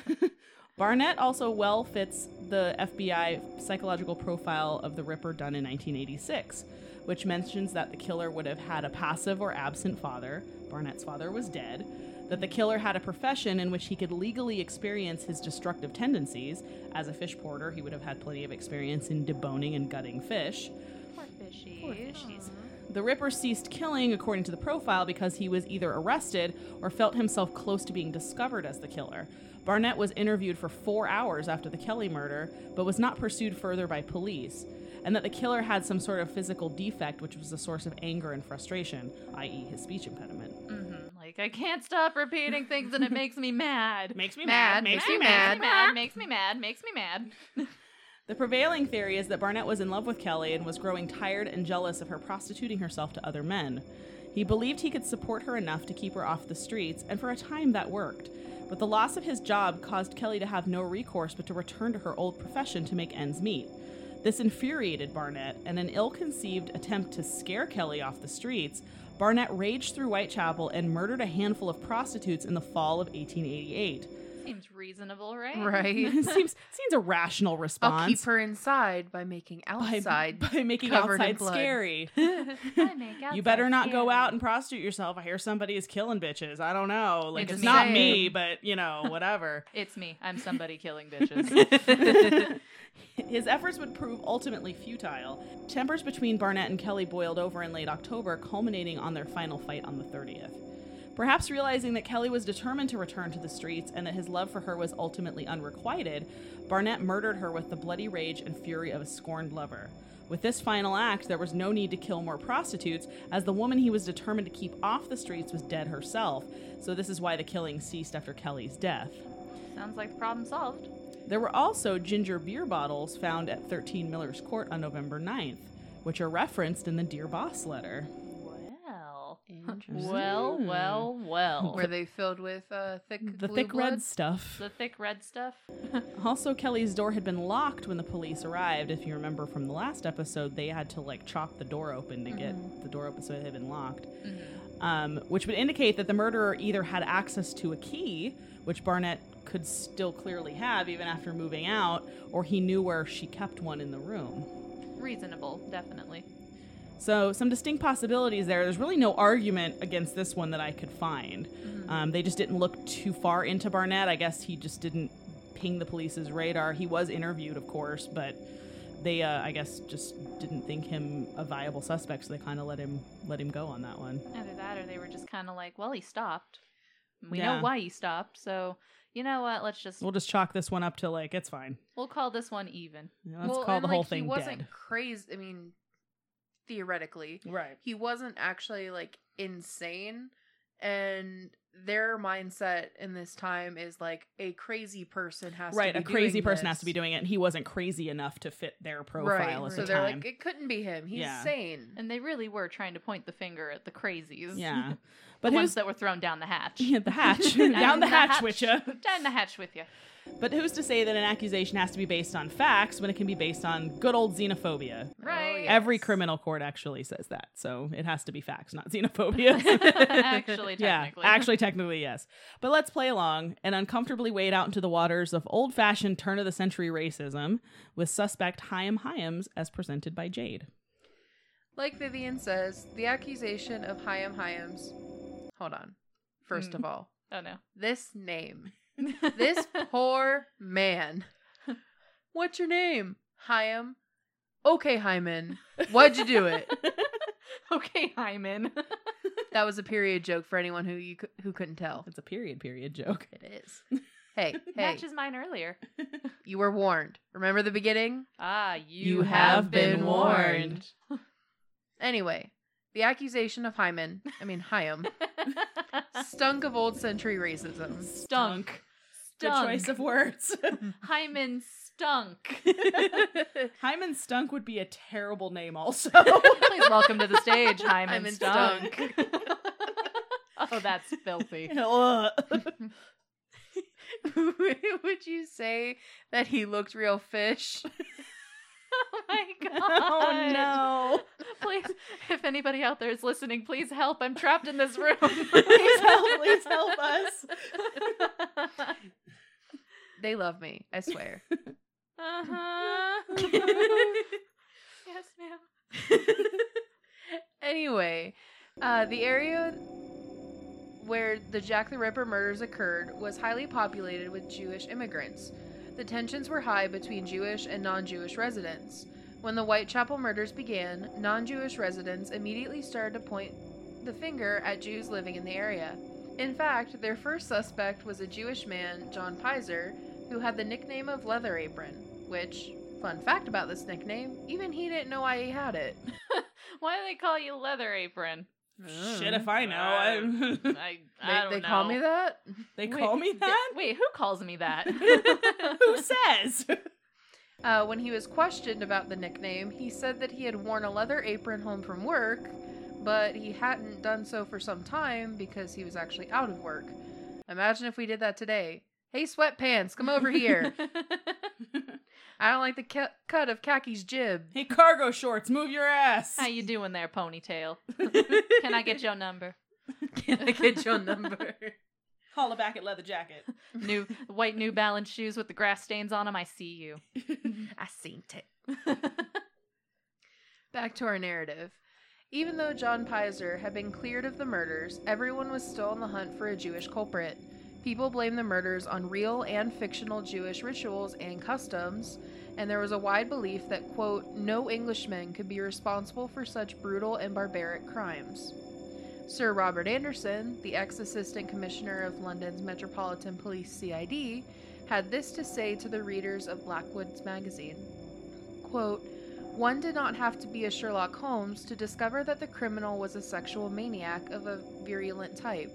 S2: Barnett also well fits the FBI psychological profile of the Ripper done in 1986, which mentions that the killer would have had a passive or absent father. Barnett's father was dead. That the killer had a profession in which he could legally experience his destructive tendencies. As a fish porter, he would have had plenty of experience in deboning and gutting fish.
S1: Poor fishy.
S2: Poor
S1: She's-
S2: The Ripper ceased killing, according to the profile, because he was either arrested or felt himself close to being discovered as the killer. Barnett was interviewed for four hours after the Kelly murder, but was not pursued further by police, and that the killer had some sort of physical defect which was a source of anger and frustration, i.e., his speech impediment.
S1: mhm. Like, I can't stop repeating things and it makes me mad.
S2: Makes me
S3: Mad, makes me mad.
S1: Makes me mad. Makes me mad.
S2: The prevailing theory is that Barnett was in love with Kelly and was growing tired and jealous of her prostituting herself to other men. He believed he could support her enough to keep her off the streets, and for a time that worked. But the loss of his job caused Kelly to have no recourse but to return to her old profession to make ends meet. This infuriated Barnett, and in an ill conceived attempt to scare Kelly off the streets, Barnett raged through Whitechapel and murdered a handful of prostitutes in the fall of 1888.
S1: Seems reasonable, right?
S3: Right.
S2: seems seems a rational response.
S3: I'll keep her inside by making
S2: by-
S3: outside.
S2: by, making
S3: covered in
S2: outside
S3: blood.
S2: scary.
S1: I make outside
S2: You better not go
S1: scary.
S2: out and prostitute yourself. I hear somebody is killing bitches. I don't know. Like
S1: It's
S2: it's
S1: me.
S2: not
S3: Same.
S2: me, but you know, whatever.
S1: It's me. I'm somebody killing bitches.
S2: His efforts would prove ultimately futile. Tempers between Barnett and Kelly boiled over in late October, culminating on their final fight on the 30th. Perhaps realizing that Kelly was determined to return to the streets and that his love for her was ultimately unrequited, Barnett murdered her with the bloody rage and fury of a scorned lover. With this final act, there was no need to kill more prostitutes, as the woman he was determined to keep off the streets was dead herself, so this is why the killing ceased after Kelly's death.
S1: Sounds like the problem solved.
S2: There were also ginger beer bottles found at 13 Miller's Court on November 9th, which are referenced in the Dear Boss letter.
S1: Well.
S3: Interesting.
S1: Well, well, well.
S3: Were they filled with uh, thick
S2: The
S3: blue
S2: thick
S3: blood?
S2: red stuff.
S1: the thick red stuff.
S2: Also, Kelly's door had been locked when the police arrived. If you remember from the last episode, they had to like chop the door open to get the door open so it had been locked, um, which would indicate that the murderer either had access to a key, which Barnett could still clearly have even after moving out, or he knew where she kept one in the room.
S1: Reasonable, definitely.
S2: So, some distinct possibilities there. There's really no argument against this one that I could find. Um, they just didn't look too far into Barnett. I guess he just didn't ping the police's radar. He was interviewed, of course, but they, uh, I guess, just didn't think him a viable suspect, so they kind of let him let him go on that one.
S1: Mm-hmm. Either that or they were just kind of like, well, he stopped. We
S2: Yeah.
S1: know why he stopped, so you know what? Let's just,
S2: We'll just chalk this one up to like it's fine.
S1: we'll call this one even.
S2: You know, Let's
S3: well,
S2: call
S3: and,
S2: the whole
S3: like,
S2: thing
S3: He wasn't
S2: dead.
S3: crazy. I mean, theoretically,
S2: Right.
S3: he wasn't actually like insane, and their mindset in this time is like a crazy person has
S2: Right.
S3: to
S2: A
S3: be
S2: crazy
S3: doing
S2: person
S3: this.
S2: has to be doing it, and he wasn't crazy enough to fit their
S3: right.
S2: profile at
S3: so
S2: the
S3: they're
S2: time.
S3: like, it couldn't be him. He's
S2: Yeah.
S3: sane.
S1: And they really were trying to point the finger at the crazies.
S2: yeah.
S1: But
S2: But
S1: the
S2: who's
S1: ones that were thrown down the hatch.
S2: Yeah, the hatch. Down the hatch, with ya.
S1: Down the hatch with you.
S2: But who's to say that an accusation has to be based on facts when it can be based on good old xenophobia?
S1: Right.
S3: yeah.
S2: Every
S3: Yes.
S2: criminal court actually says that. So it has to be facts, not xenophobia.
S1: actually,
S2: yeah,
S1: technically.
S2: actually, technically, yes. But let's play along and uncomfortably wade out into the waters of old fashioned turn of the century racism with suspect Chaim Hyams as presented by Jade.
S3: Like Vivian says, the accusation of Hayam Hayams. Hold on. First
S1: Mm.
S3: of all,
S1: Oh, no.
S3: this name. this poor man. What's your name? Hyam. Okay, Hyman. Why'd you do it?
S1: okay, Hyman.
S3: That was a period joke for anyone who you cou- who couldn't tell.
S2: It's a period, period joke.
S3: It is. Hey, hey,
S1: Matches mine earlier.
S3: you were warned. Remember the beginning?
S1: Ah, you,
S2: You have been warned.
S3: Anyway, the accusation of Hyman, I mean Hyam, stunk of old century racism.
S1: stunk.
S2: Good
S1: Stunk.
S2: choice of words.
S1: Hyman stunk.
S2: Hyman Stunk would be a terrible name, also.
S1: Please welcome to the stage, Hyman,
S3: Hyman
S1: stunk. oh, that's filthy.
S3: Would you say that he looked real fish?
S1: Oh my god.
S2: oh no.
S1: Please, if anybody out there is listening, please help. I'm trapped in this room.
S2: Please help, please help us.
S3: They love me, I swear.
S1: Uh-huh. yes, ma'am.
S3: anyway, uh, the area where the Jack the Ripper murders occurred was highly populated with Jewish immigrants. The tensions were high between Jewish and non Jewish residents. When the Whitechapel murders began, non Jewish residents immediately started to point the finger at Jews living in the area. In fact, their first suspect was a Jewish man, John Pizer, who had the nickname of Leather Apron, which, fun fact about this nickname, even he didn't know why he had it.
S1: Why do they call you Leather Apron?
S2: Shit, if I know. I,
S1: I,
S3: They,
S1: I don't
S3: they
S1: know.
S3: call me that?
S2: they
S1: Mm, Wait,
S2: call me
S1: th-
S2: that?
S1: wait, who calls me that?
S2: Who says?
S3: Uh, when he was questioned about the nickname, he said that he had worn a leather apron home from work, but he hadn't done so for some time because he was actually out of work. Imagine if we did that today. Hey, sweatpants, come over here. I don't like the ca- cut of Kaki's jib.
S2: Hey, cargo shorts, move your ass.
S1: How you doing there, ponytail? Can I get your number?
S3: Can I get your number?
S2: Holla back at leather jacket.
S1: New white New Balance shoes with the grass stains on them. I see you.
S3: I seen it. Back to our narrative. Even though John Pizer had been cleared of the murders, everyone was still on the hunt for a Jewish culprit. People blamed the murders on real and fictional Jewish rituals and customs, and there was a wide belief that, quote, no Englishman could be responsible for such brutal and barbaric crimes. Sir Robert Anderson, the ex assistant commissioner of London's Metropolitan Police CID, had this to say to the readers of Blackwood's magazine quote, one did not have to be a Sherlock Holmes to discover that the criminal was a sexual maniac of a virulent type,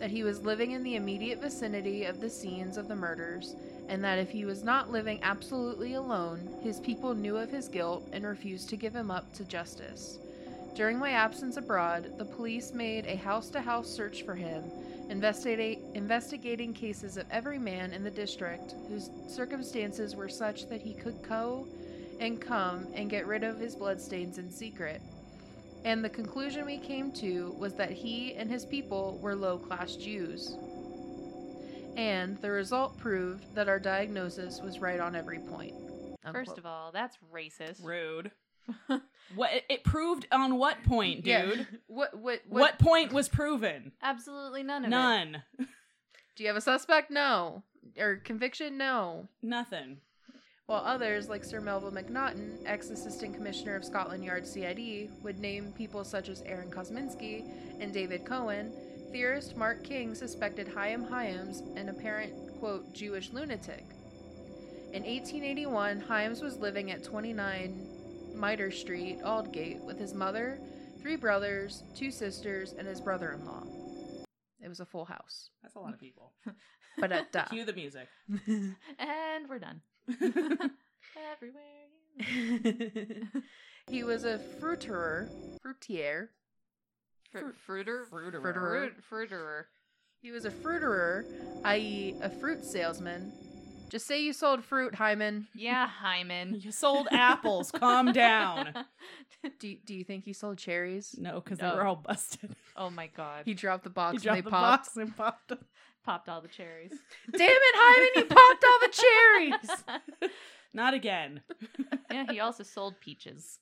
S3: that he was living in the immediate vicinity of the scenes of the murders, and that if he was not living absolutely alone, his people knew of his guilt and refused to give him up to justice. During my absence abroad, the police made a house to house search for him, investigate, investigating cases of every man in the district whose circumstances were such that he could co and come and get rid of his bloodstains in secret. And the conclusion we came to was that he and his people were low class Jews. And the result proved that our diagnosis was right on every point. Oh,
S1: First of all, that's racist.
S2: Rude. what it, it proved on what point, dude?
S3: What, what,
S2: What, point was proven?
S1: Absolutely none of it.
S2: None.
S3: Do you have a suspect? No. Or conviction? No.
S2: Nothing.
S3: While others, like Sir Melville MacNaughton, ex assistant commissioner of Scotland Yard CID, would name people such as Aaron Kosminski and David Cohen, theorist Mark King suspected Chaim Hyams, an apparent, quote, Jewish lunatic. In 1881, Hyams was living at 29 Mitre Street, Aldgate, with his mother, three brothers, two sisters, and his brother in law. It was a full house.
S2: That's a lot of people.
S3: But at
S2: Cue the music.
S1: And we're done. Everywhere. you look.
S3: he was a fruiterer. Fruitier.
S1: Fru- fruiter.
S2: Fruiterer.
S1: Fruit- Fruiterer.
S3: He was a fruiterer, i.e., a fruit salesman. Just say you sold fruit, Hyman.
S1: Yeah, Hyman.
S2: You sold apples. Calm down.
S3: Do, do you think he sold cherries?
S2: No, because
S1: No.
S2: they were all busted.
S1: Oh my god.
S3: He
S1: He
S3: dropped the box
S2: He
S3: and
S2: dropped
S3: they
S2: the
S3: popped.
S2: box and popped them.
S1: popped all the cherries.
S3: Damn it, Hyman, you popped all the cherries!
S2: Not again.
S1: yeah, he also sold peaches.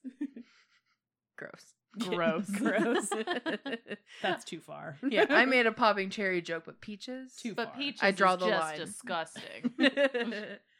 S3: Gross.
S2: Gross. Gross. That's too far.
S3: yeah, I made a popping cherry joke, but peaches?
S2: Too
S1: But
S2: far.
S1: peaches
S3: I draw
S1: is
S3: the
S1: just
S3: line.
S1: disgusting.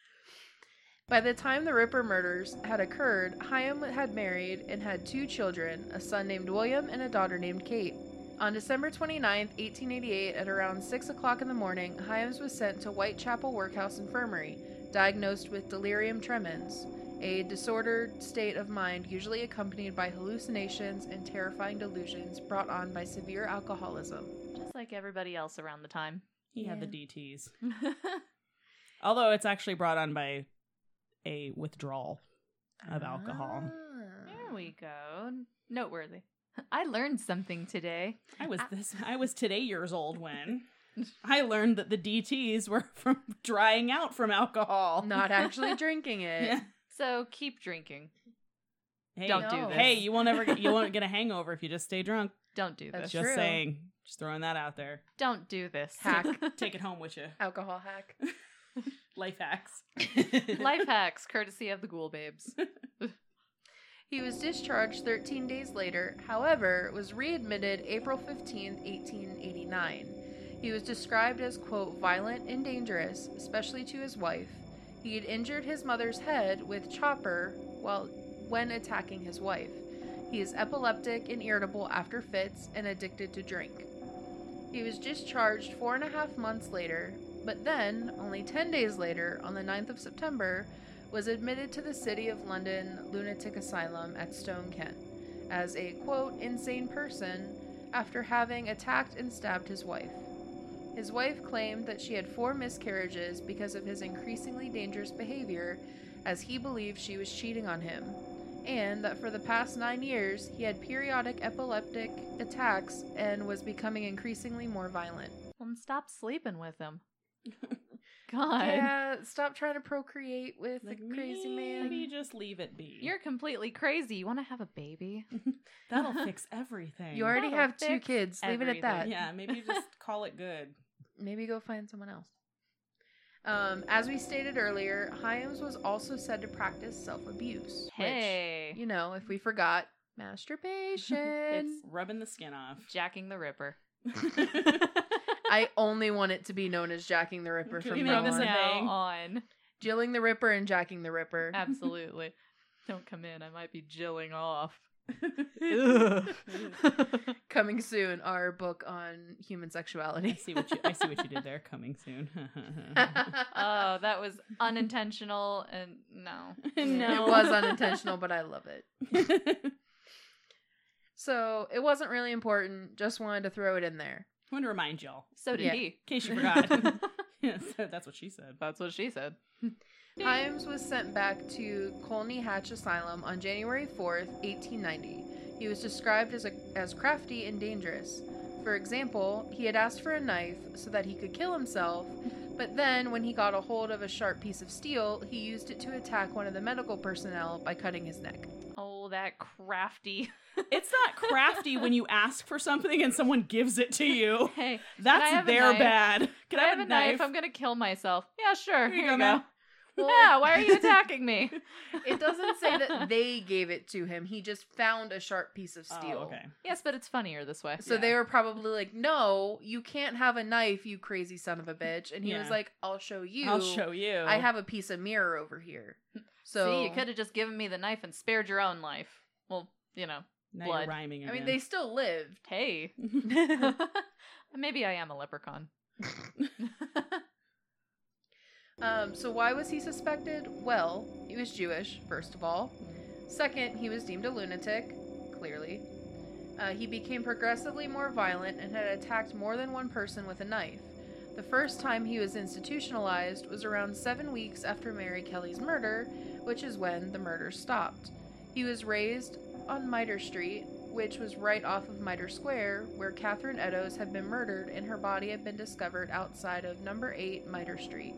S3: By the time the Ripper murders had occurred, Hyam had married and had two children a son named William and a daughter named Kate. On December 29, 1888, at around 6 o'clock in the morning, Hyams was sent to Whitechapel Workhouse Infirmary, diagnosed with delirium tremens, a disordered state of mind usually accompanied by hallucinations and terrifying delusions brought on by severe alcoholism.
S1: just like everybody else around the time.
S2: He had the DTs. Although it's actually brought on by a withdrawal. Of alcohol.
S1: there
S2: Um.
S1: we go. Noteworthy. I learned something today.
S2: I
S3: Ah.
S2: was this I was today years old when I learned that the DTs were from drying out from alcohol.
S3: Not actually drinking it.
S2: Yeah.
S1: So keep drinking.
S2: Hey,
S1: Don't
S3: No.
S1: do this.
S2: hey, you won't ever get, you won't get a hangover if you just stay drunk.
S1: Don't do
S3: That's
S1: this.
S2: just
S3: true.
S2: saying. Just throwing that out there.
S1: Don't do this.
S3: Hack.
S2: Take it home with you.
S3: Alcohol hack.
S2: Life hacks.
S1: Life hacks courtesy of the Ghoul Babes.
S3: He was discharged 13 days later, however, was readmitted April 15, 1889. He was described as, quote, violent and dangerous, especially to his wife. He had injured his mother's head with chopper while when attacking his wife. He is epileptic and irritable after fits and addicted to drink. He was discharged four and a half months later, but then, only 10 days later, on the 9th of September, was admitted to the City of London Lunatic Asylum at Stone, Kent, as a quote, insane person after having attacked and stabbed his wife. His wife claimed that she had four miscarriages because of his increasingly dangerous behavior, as he believed she was cheating on him, and that for the past nine years he had periodic epileptic attacks and was becoming increasingly more violent.
S1: Well, stop sleeping with them. God.
S3: Yeah, stop trying to procreate with
S2: Like,
S3: the crazy
S2: Maybe
S3: man.
S2: just leave it be.
S1: You're completely crazy. You want to have a baby?
S2: That'll fix everything.
S3: You already
S1: That'll
S3: have two
S1: fix
S3: kids. Leave it at that.
S1: everything.
S2: Yeah, maybe just call it good.
S3: Maybe go find someone else. Um, as we stated earlier, Hyams was also said to practice self abuse.
S1: Hey.
S3: Which, you know, if we forgot, masturbation.
S2: It's rubbing the skin off.
S1: Jacking the Ripper.
S3: I only want it to be known as Jacking the Ripper
S2: Can
S3: from
S2: we make
S3: now
S1: From
S2: this
S3: on.
S2: a
S1: now
S2: thing.
S1: on.
S3: Jilling the Ripper and Jacking the Ripper.
S1: Absolutely. Don't come in. I might be jilling off.
S3: Coming soon, our book on human
S2: I
S3: sexuality.
S2: see what you. I see what you did there. Coming soon.
S1: oh, that was unintentional and no.
S2: No.
S3: It was unintentional, but I love it. So it wasn't really important. Just wanted to throw it in there.
S2: I want to remind y'all,
S1: So did
S3: Yeah.
S1: he.
S2: in case you forgot. yeah, so that's what she said.
S1: That's what she said.
S3: Himes was sent back to Colney Hatch Asylum on January 4th, 1890. He was described as, a, as crafty and dangerous. For example, he had asked for a knife so that he could kill himself, but then when he got a hold of a sharp piece of steel, he used it to attack one of the medical personnel by cutting his neck.
S1: Oh, that crafty.
S2: It's not crafty when you ask for something and someone gives it to you.
S1: Hey, I
S2: That's
S1: have a
S2: their
S1: knife?
S2: bad. Can
S1: Oh, I have a knife. I'm gonna kill myself. Yeah, sure.
S2: Here
S1: Here
S2: you
S1: you,
S2: go,
S1: go.
S2: man.
S1: yeah, why are you attacking me?
S3: It doesn't say that they gave it to him, he just found a sharp piece of steel.
S2: Oh, okay.
S1: Yes, but it's funnier this way.
S3: So
S2: Yeah.
S3: they were probably like, "No, you can't have a knife, you crazy son of a bitch." And he was
S2: Yeah.
S3: like, "I'll show you.
S2: I'll show you. Hmm.
S3: I have a piece of mirror over here." So
S1: See, you could have just given me the knife and spared your own life. Well, you know,
S2: now you're
S1: blood.
S2: rhyming
S3: I
S2: again.
S3: mean, they still lived.
S1: hey. Maybe I am a leprechaun.
S3: Um, so why was he suspected? Well, he was Jewish, first of all. Second, he was deemed a lunatic, clearly. Uh, he became progressively more violent and had attacked more than one person with a knife. The first time he was institutionalized was around seven weeks after Mary Kelly's murder, which is when the murder stopped. He was raised on Mitre Street, which was right off of Mitre Square, where Catherine Eddowes had been murdered and her body had been discovered outside of number 8 Mitre Street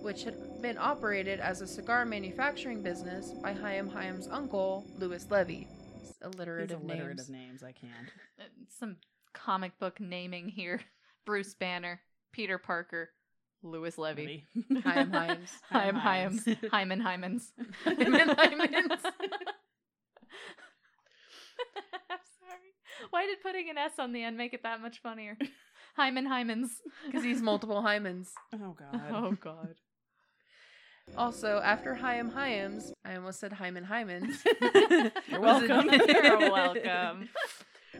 S3: which had been operated as a cigar manufacturing business by Chaim Chaim's uncle, Louis Levy. It's
S2: These
S3: alliterative,
S2: alliterative names.
S3: names.
S2: I can't.
S1: Uh, Some comic book naming here. Bruce Banner, Peter Parker, Lewis Levy.
S3: Chaim Himes.
S1: Hyam
S2: Hyam
S1: Hyams. Hyman Hymans.
S3: Hyman Hymans.
S1: I'm sorry. Why did putting an S on the end make it that much funnier? Hyman Hymans.
S3: Because he's multiple Hymans.
S2: Oh God.
S1: Oh, God.
S3: Also, after Chaim Chaim's, I almost said Hyman Hymans.
S2: You're
S3: Was it-
S2: welcome.
S1: You're welcome.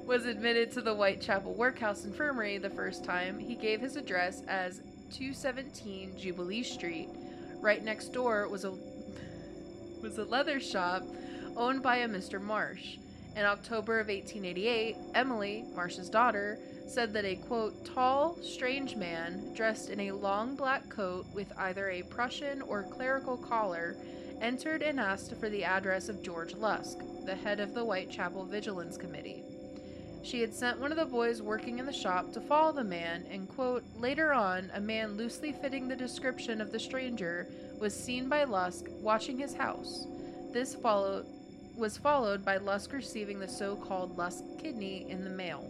S3: was admitted to the Whitechapel Workhouse Infirmary the first time, he gave his address as 217 Jubilee Street. Right next door was a was a leather shop owned by a Mr. Marsh. In October of 1888, Emily, Marsh's daughter, said that a quote tall, strange man dressed in a long black coat with either a Prussian or clerical collar entered and asked for the address of George Lusk, the head of the Whitechapel Vigilance Committee. She had sent one of the boys working in the shop to follow the man, and quote, later on, a man loosely fitting the description of the stranger was seen by Lusk watching his house. This followed was followed by Lusk receiving the so-called Lusk kidney in the mail.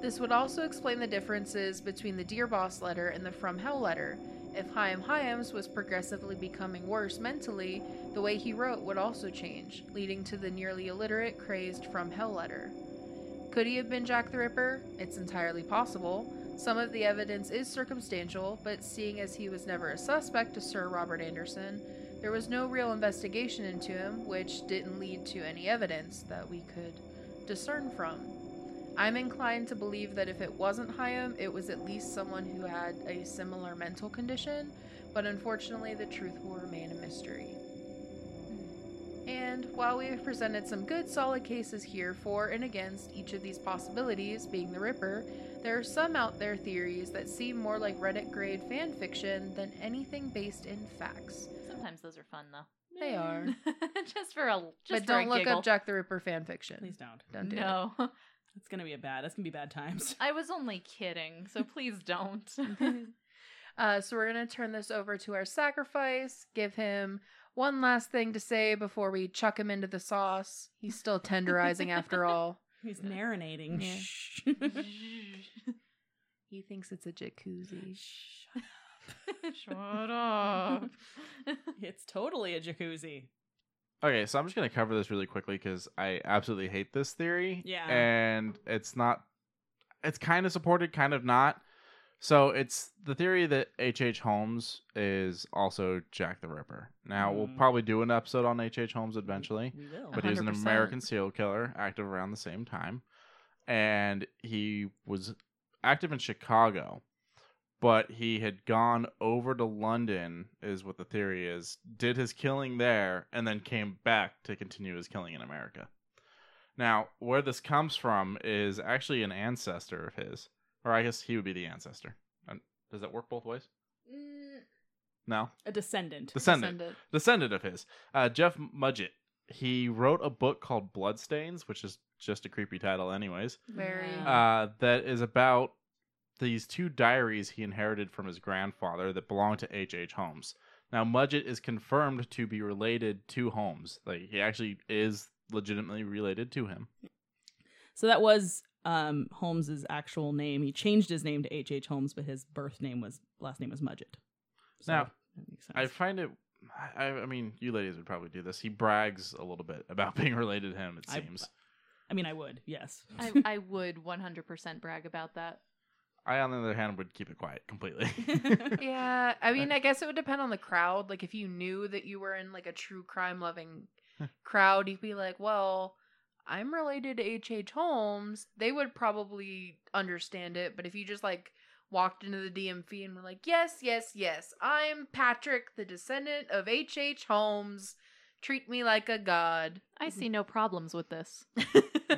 S3: This would also explain the differences between the Dear Boss letter and the From Hell letter. If Chaim Hyams was progressively becoming worse mentally, the way he wrote would also change, leading to the nearly illiterate, crazed From Hell letter. Could he have been Jack the Ripper? It's entirely possible. Some of the evidence is circumstantial, but seeing as he was never a suspect to Sir Robert Anderson, there was no real investigation into him, which didn't lead to any evidence that we could discern from. I'm inclined to believe that if it wasn't Chaim, it was at least someone who had a similar mental condition, but unfortunately, the truth will remain a mystery. And while we have presented some good solid cases here for and against each of these possibilities being the Ripper, there are some out there theories that seem more like Reddit grade fan fiction than anything based in facts.
S1: Sometimes those are fun, though.
S3: They are.
S1: just for a just
S3: but
S1: for a
S3: don't look
S1: giggle.
S3: up Jack the Ripper fan fiction.
S2: Please don't.
S3: Don't do it.
S1: no,
S2: It's gonna be a bad. It's gonna be bad times.
S1: I was only kidding. So please don't.
S3: um, Uh, so we're going to turn this over to our sacrifice, give him one last thing to say before we chuck him into the sauce. He's still tenderizing after all.
S2: He's marinating.
S3: Yeah.
S2: Shh.
S3: he thinks it's a jacuzzi.
S1: Shut up.
S2: it's totally a jacuzzi.
S4: Okay, so I'm just gonna cover this really quickly because I absolutely hate this theory.
S2: Yeah.
S4: and it's not. It's kind of supported, kind of not. So it's the theory that H.H. H. Holmes is also Jack the Ripper. Now we'll
S2: Mm.
S4: probably do an episode on H.H. H. Holmes eventually,
S2: We will.
S4: but he was an
S3: 100%.
S4: American serial killer, active around the same time, and he was active in Chicago. But he had gone over to London, is what the theory is. Did his killing there, and then came back to continue his killing in America. Now, where this comes from is actually an ancestor of his, or I guess he would be the ancestor. Um, Does that work both ways?
S1: Mm,
S4: No,
S2: a descendant.
S4: descendant descendant of his, uh, Jeff Mudgett. He wrote a book called Bloodstains, which is just a creepy title, anyways.
S3: Very-
S2: Yeah.
S4: Uh, that is about these two diaries he inherited from his grandfather that belong to H. H. Holmes. Now, Mudgett is confirmed to be related to Holmes. Like he actually is legitimately related to him.
S2: so that was um, Holmes's actual name. He changed his name to H.H. H. Holmes, but his birth name was last name was Mudgett. So
S4: Now,
S2: that makes sense.
S4: I find it. I, I mean, you ladies would probably do this. He brags a little bit about being related to him. It
S2: I-
S4: seems.
S2: I mean, I would. Yes.
S1: I, I would 100% brag about that.
S4: I, on the other hand, would keep it quiet completely.
S3: Yeah, I mean, I guess it would depend on the crowd. Like, if you knew that you were in like a true crime loving crowd, you'd be like, "Well, I'm related to H. H. Holmes." They would probably understand it. But if you just like walked into the DMV and were like, "Yes, yes, yes, I'm Patrick, the descendant of H. H. Holmes. Treat me like a god."
S1: I see no problems with this.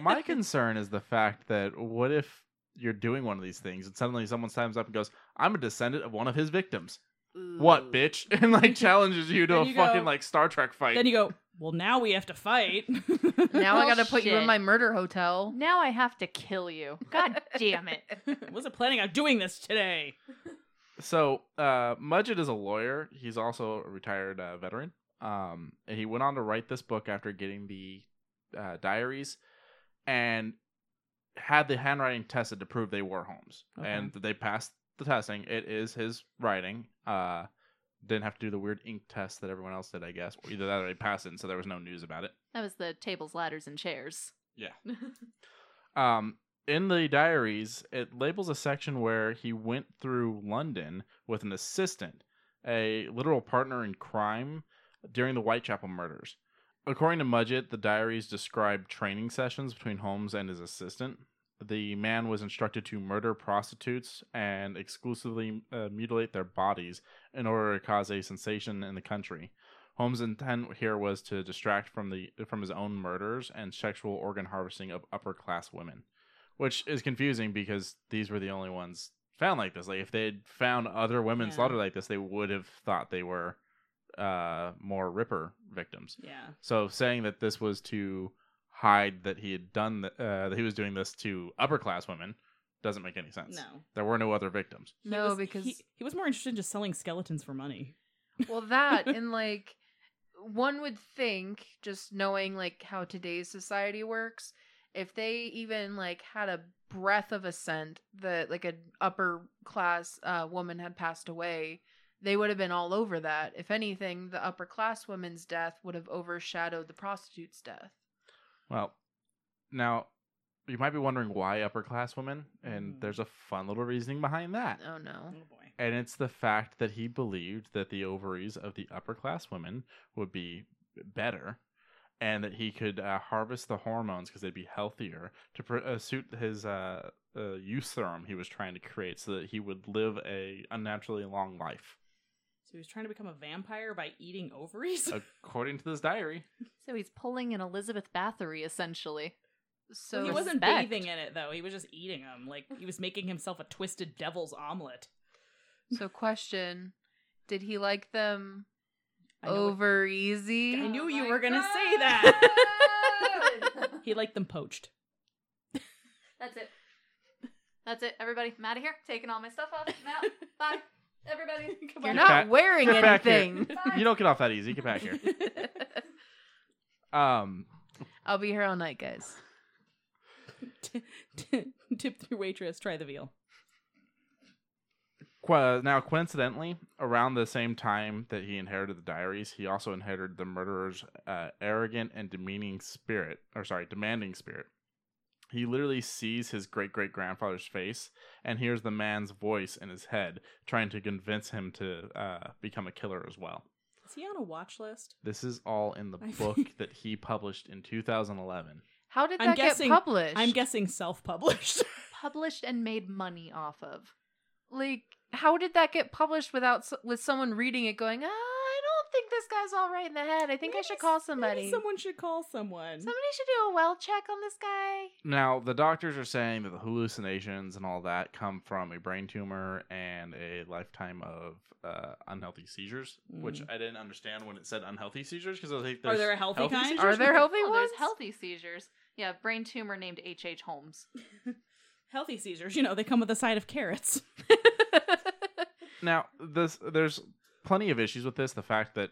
S4: My concern is the fact that what if you're doing one of these things and suddenly someone stands up and goes, "I'm a descendant of one of his victims." What, bitch? And like challenges you to
S2: Then
S4: a
S2: you
S4: fucking
S2: go-
S4: like Star Trek fight.
S2: then you go. Well, now we have to fight. it
S3: Now I
S1: Well,
S3: gotta put you in
S1: shit.
S3: my murder hotel.
S1: Now I have to kill you. God damn it.
S2: wasn't planning on doing this today.
S4: so, uh, Mudgett is a lawyer. He's also a retired uh, veteran. Um, and he went on to write this book after getting the uh, diaries and had the handwriting tested to prove they were Holmes.
S2: Okay.
S4: And they passed the testing. It is his writing. Uh, didn't have to do the weird ink test that everyone else did, I guess. Either that or they passed it, and so there was no news about it.
S1: That was the tables, ladders, and chairs.
S4: Yeah. Um, in the diaries, it labels a section where he went through London with an assistant, a literal partner in crime during the Whitechapel murders. According to Mudgett, the diaries describe training sessions between Holmes and his assistant. The man was instructed to murder prostitutes and exclusively uh, mutilate their bodies in order to cause a sensation in the country. Holmes' intent here was to distract from the from his own murders and sexual organ harvesting of upper class women, which is confusing because these were the only ones found like this. Like if they'd found other women
S2: Yeah.
S4: slaughtered like this, they would have thought they were uh, more Ripper victims.
S2: Yeah.
S4: So saying that this was to hide that he had done th- uh, that he was doing this to upper class women doesn't make any sense.
S2: No.
S4: There were no other victims.
S2: He
S3: no,
S2: was-
S3: because
S2: he, he was more interested in just selling skeletons for money.
S3: Well, that and like one would think, just knowing like how today's society works, if they even like had a breath of a scent that like an upper class uh, woman had passed away, they would have been all over that. If anything, the upper class woman's death would have overshadowed the prostitute's death.
S4: Well, now you might be wondering why upper class women, and
S2: Mhm.
S4: there's a fun little reasoning behind that.
S3: Oh no.
S2: boy.
S4: And it's the fact that he believed that the ovaries of the upper class women would be better and that he could uh, harvest the hormones because they'd be healthier to pr- uh, suit his uh, uh, eutherum he was trying to create so that he would live a unnaturally long life.
S2: So he was trying to become a vampire by eating ovaries.
S4: According to this diary,
S1: So he's pulling an Elizabeth Bathory, essentially.
S3: So
S2: he wasn't
S1: respect.
S2: bathing in it though. He was just eating them. Like he was making himself a twisted devil's omelet.
S3: so question, did he like them
S2: I know what-
S3: over easy?
S2: I knew
S1: Oh
S2: you
S1: my
S2: were gonna say
S1: God.
S2: that. he liked them poached.
S1: That's it. That's it, everybody. I'm out of here. Taking all my stuff off. I'm out. Bye. Everybody, come
S3: You're
S1: on.
S4: Get
S3: not
S4: back-
S3: wearing
S4: get back here.
S3: anything.
S1: Bye.
S4: You don't get off that easy. Get back here. Um,
S3: I'll be here all night, guys.
S2: T- t- Tip your waitress. Try the veal.
S4: Qu- now, coincidentally, around the same time that he inherited the diaries, he also inherited the murderer's uh, arrogant and demeaning spirit, or sorry, demanding spirit. He literally sees his great great grandfather's face and hears the man's voice in his head trying to convince him to uh, become a killer as well.
S2: Is he on a watch list?
S4: This is all in the
S2: I
S4: book
S2: think-
S4: that he published in 2011.
S3: How did
S2: I'm
S3: that
S2: guessing-
S3: get published?
S2: I'm guessing self-published.
S1: Published and made money off of.
S3: like how did that get published without s- with someone reading it going, "Ah, I don't think this guy's all right in the head. I think I
S2: Maybe
S3: should
S2: s-
S3: call
S2: maybe
S3: somebody. Somebody
S2: Someone should call someone.
S3: should do a well check on this guy."
S4: Now, the doctors are saying that the hallucinations and all that come from a brain tumor and a lifetime of uh, unhealthy seizures, which
S2: Mm.
S4: I didn't understand when it said unhealthy seizures because I was like,
S2: Are there
S4: there's
S2: a healthy
S4: healthy
S2: kind?
S4: seizures?
S3: Are there healthy
S1: Oh,
S3: ones?
S1: there's healthy seizures. Yeah, brain tumor named H.H. H. Holmes.
S2: Healthy seizures. You know they come with a side of carrots.
S4: Now, this there's plenty of issues with this. The fact that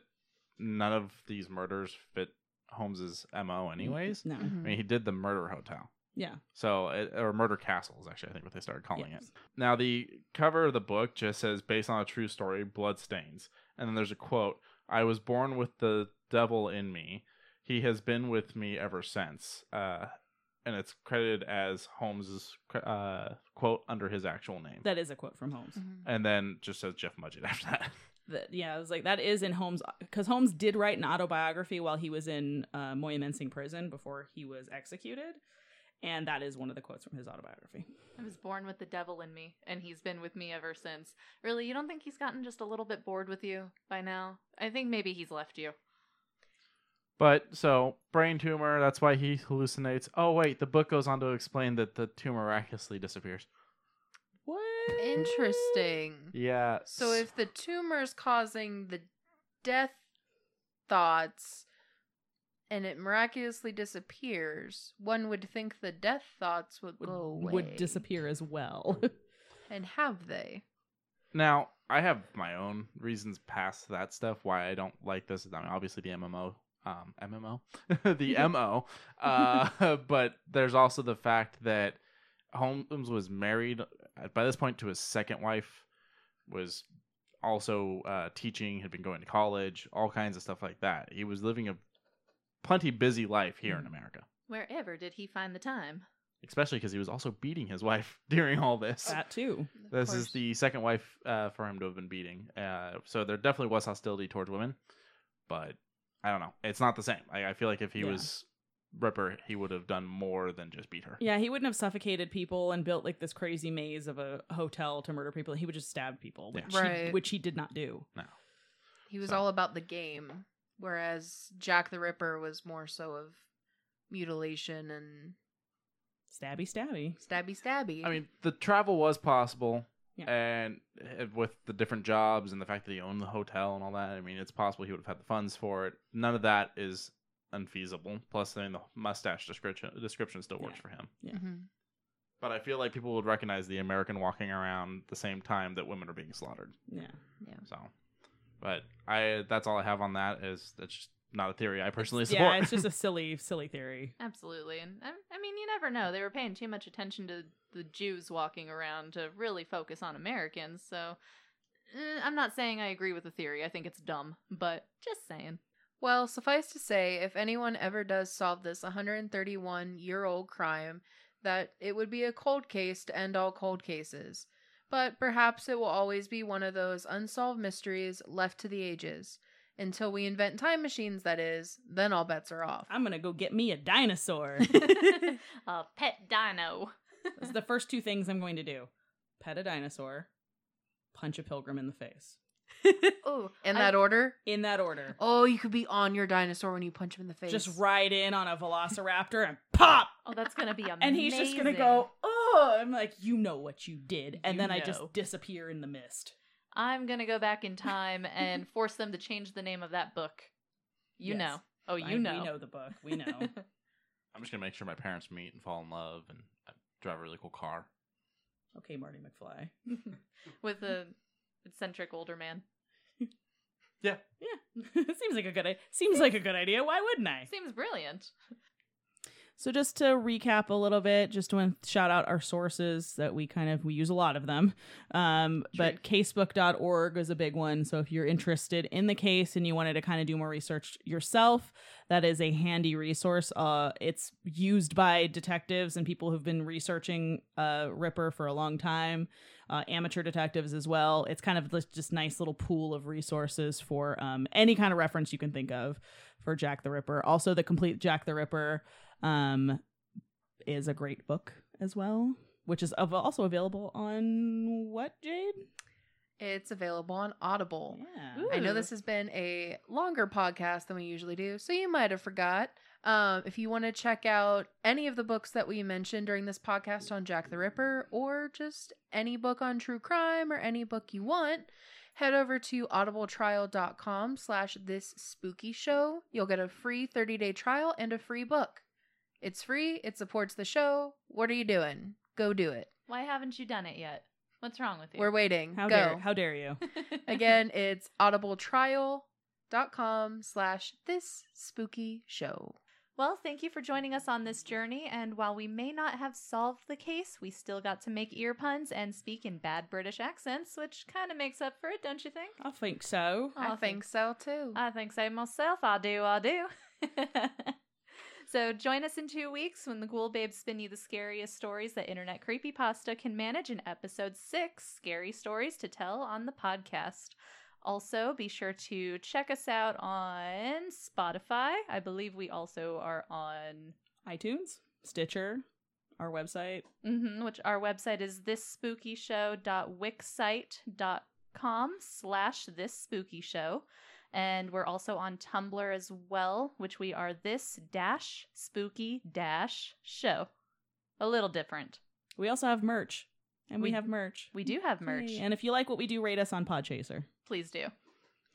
S4: none of these murders fit Holmes's
S2: Mm-hmm.
S4: mo, anyways.
S2: No.
S4: I mean, he did the murder hotel.
S2: Yeah.
S4: So, it, or Murder Castles, actually, I think what they started calling
S2: Yes.
S4: it. Now, the cover of the book just says, based on a true story, bloodstains. And then there's a quote I was born with the devil in me. He has been with me ever since. Uh, and it's credited as Holmes's uh, quote under his actual name.
S2: That is a quote from Holmes.
S3: Mhm.
S4: and then just says Jeff Mudgett after that.
S2: That yeah, I was like that is in Holmes because Holmes did write an autobiography while he was in uh, Moyamensing prison before he was executed, and that is one of the quotes from his autobiography.
S1: I was born with the devil in me, and he's been with me ever since. Really, you don't think he's gotten just a little bit bored with you by now? I think maybe he's left you.
S4: But so, brain tumor, that's why he hallucinates. Oh, wait, the book goes on to explain that the tumor miraculously disappears.
S2: What
S3: Interesting.
S4: Yeah.
S3: So if the tumor's causing the death thoughts and it miraculously disappears, one would think the death thoughts would,
S2: Would,
S3: go away.
S2: would disappear as well.
S3: And have they?
S4: Now, I have my own reasons past that stuff why I don't like this. I mean, obviously the MMO, um, MMO, the MO, uh, but there's also the fact that Holmes was married uh, by this point to his second wife, was also uh, teaching, had been going to college, all kinds of stuff like that. He was living a plenty busy life here in America,
S1: Wherever did he find the time?
S4: especially because he was also beating his wife during all this.
S2: that too.
S3: Of
S4: This is
S3: course.
S4: the second wife uh, for him to have been beating. Uh, so there definitely was hostility towards women, but I don't know. It's not the same. I, I feel like if he
S2: Yeah.
S4: was Ripper, he would have done more than just beat her.
S2: Yeah, he wouldn't have suffocated people and built like this crazy maze of a hotel to murder people. He would just stab people,
S4: Yeah.
S2: which, he,
S3: Right.
S2: which he did not do.
S3: He was
S4: so.
S3: all about the game, whereas Jack the Ripper was more so of mutilation and
S2: Stabby, stabby.
S3: stabby stabby.
S4: I mean, the travel was possible,
S2: Yeah.
S4: and uh, with the different jobs and the fact that he owned the hotel and all that, I mean, it's possible he would have had the funds for it. None of that is unfeasible. Plus, then the mustache description description still works
S2: Yeah.
S4: for him.
S2: yeah.
S3: Mhm.
S4: But I feel like people would recognize the American walking around the same time that women are being slaughtered.
S2: Yeah.
S4: So, but I that's all I have on that is that's just not a theory I personally support.
S2: Yeah, it's just a silly, silly theory.
S1: Absolutely. And I, I mean, you never know. They were paying too much attention to the Jews walking around to really focus on Americans, so eh, I'm not saying I agree with the theory. I think it's dumb, but just saying.
S3: Well, suffice to say, if anyone ever does solve this 131 year old crime, that it would be a cold case to end all cold cases. But perhaps it will always be one of those unsolved mysteries left to the ages. Until we invent time machines, that is, then all bets are off.
S2: I'm gonna go get me a dinosaur.
S1: A pet dino.
S2: That's the first two things I'm going to do: pet a dinosaur, punch a pilgrim in the face.
S1: Oh,
S3: In that order?
S2: In that order.
S3: Oh, you could be on your dinosaur when you punch him in the face.
S2: Just ride in on a velociraptor and pop,
S1: oh, that's gonna be amazing.
S2: and he's just gonna go. Oh, I'm like, you know what you did, and
S1: You
S2: then I just
S1: know.
S2: disappear in the mist.
S1: I'm gonna go back in time and force them to change the name of that book. You
S2: Yes.
S1: know. Oh,
S2: I-
S1: you know.
S2: we know the book. We know.
S4: I'm just gonna make sure my parents meet and fall in love and uh, I drive a really cool car.
S2: okay, Marty McFly.
S1: With a eccentric older man.
S2: Yeah, seems like a good. i- Seems like a good idea. Why wouldn't I?
S1: Seems brilliant.
S2: So just to recap a little bit, just want to shout out our sources that we kind of we use a lot of them. Um, but casebook.org is a big one. So if you're interested in the case and you wanted to kind of do more research yourself, that is a handy resource. Uh, it's used by detectives and people who've been researching uh, Ripper for a long time, uh, amateur detectives as well. It's kind of this just nice little pool of resources for um, any kind of reference you can think of for Jack the Ripper. Also, the complete Jack the Ripper um, is a great book as well, which is av- also available on what Jade?
S3: It's available on Audible.
S2: Yeah,
S1: Ooh.
S3: I know this has been a longer podcast than we usually do, so you might have forgot. Um, if you want to check out any of the books that we mentioned during this podcast on Jack the Ripper, or just any book on true crime, or any book you want, head over to audibletrial.com slash this spooky show. You'll get a free 30-day trial and a free book. It's free. It supports the show. What are you doing? Go do it.
S1: Why haven't you done it yet? What's wrong with you?
S3: We're waiting.
S2: how
S3: Go.
S2: dare how dare you?
S3: Again, it's audibletrial.com slash this spooky show.
S1: Well, thank you for joining us on this journey. And while we may not have solved the case, we still got to make ear puns and speak in bad British accents, which kind of makes up for it, don't you think?
S2: I think so.
S1: Aw,
S3: I think so too.
S1: I think so myself. I do. I do. so join us in two weeks when the Ghoul Babes spin you the scariest stories that Internet Creepypasta can manage in episode six Scary Stories to Tell on the podcast. Also, be sure to check us out on Spotify. I believe we also are on.
S2: iTunes, Stitcher, our website.
S1: hmm which our website is thisspookieshow.wixsite.com slash this spooky show. And we're also on Tumblr as well, which we are this dash spooky dash show. A little different.
S2: We also have merch, and we,
S1: We-
S2: have merch.
S1: We do have merch.
S2: Yay. and if you like what we do, rate us on Podchaser.
S1: Please do.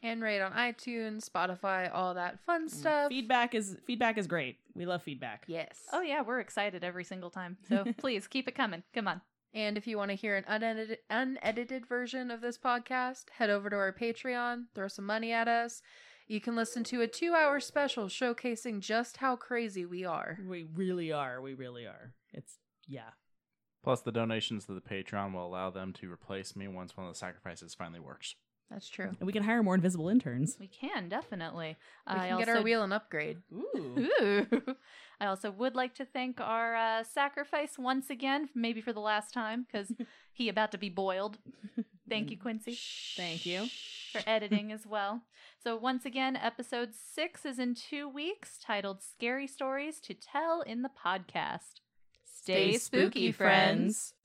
S3: and rate on iTunes, Spotify, all that
S1: Mm,
S3: fun stuff.
S2: Feedback is feedback is great. We love feedback.
S3: Yes.
S1: Oh, yeah, we're excited every single time. So please keep it coming. Come on.
S3: And if you want to hear an unedited, unedited version of this podcast, head over to our Patreon, throw some money at us. You can listen to a two hour special showcasing just how crazy we are.
S2: We really are. We really are. It's yeah.
S4: Plus, the donations to the Patreon will allow them to replace me once one of the sacrifices finally works.
S3: That's true.
S2: And we can hire more invisible interns.
S1: We can, definitely.
S3: We can
S1: I
S3: get our
S1: also
S3: wheel and upgrade.
S2: Ooh.
S1: Ooh. I also would like to thank our uh, sacrifice once again, maybe for the last time, because he about to be boiled. Thank you, Quincy,
S2: Thank you.
S1: for editing as well. So once again, episode six is in two weeks, titled "Scary Stories to Tell in the Podcast." Stay, spooky, friends.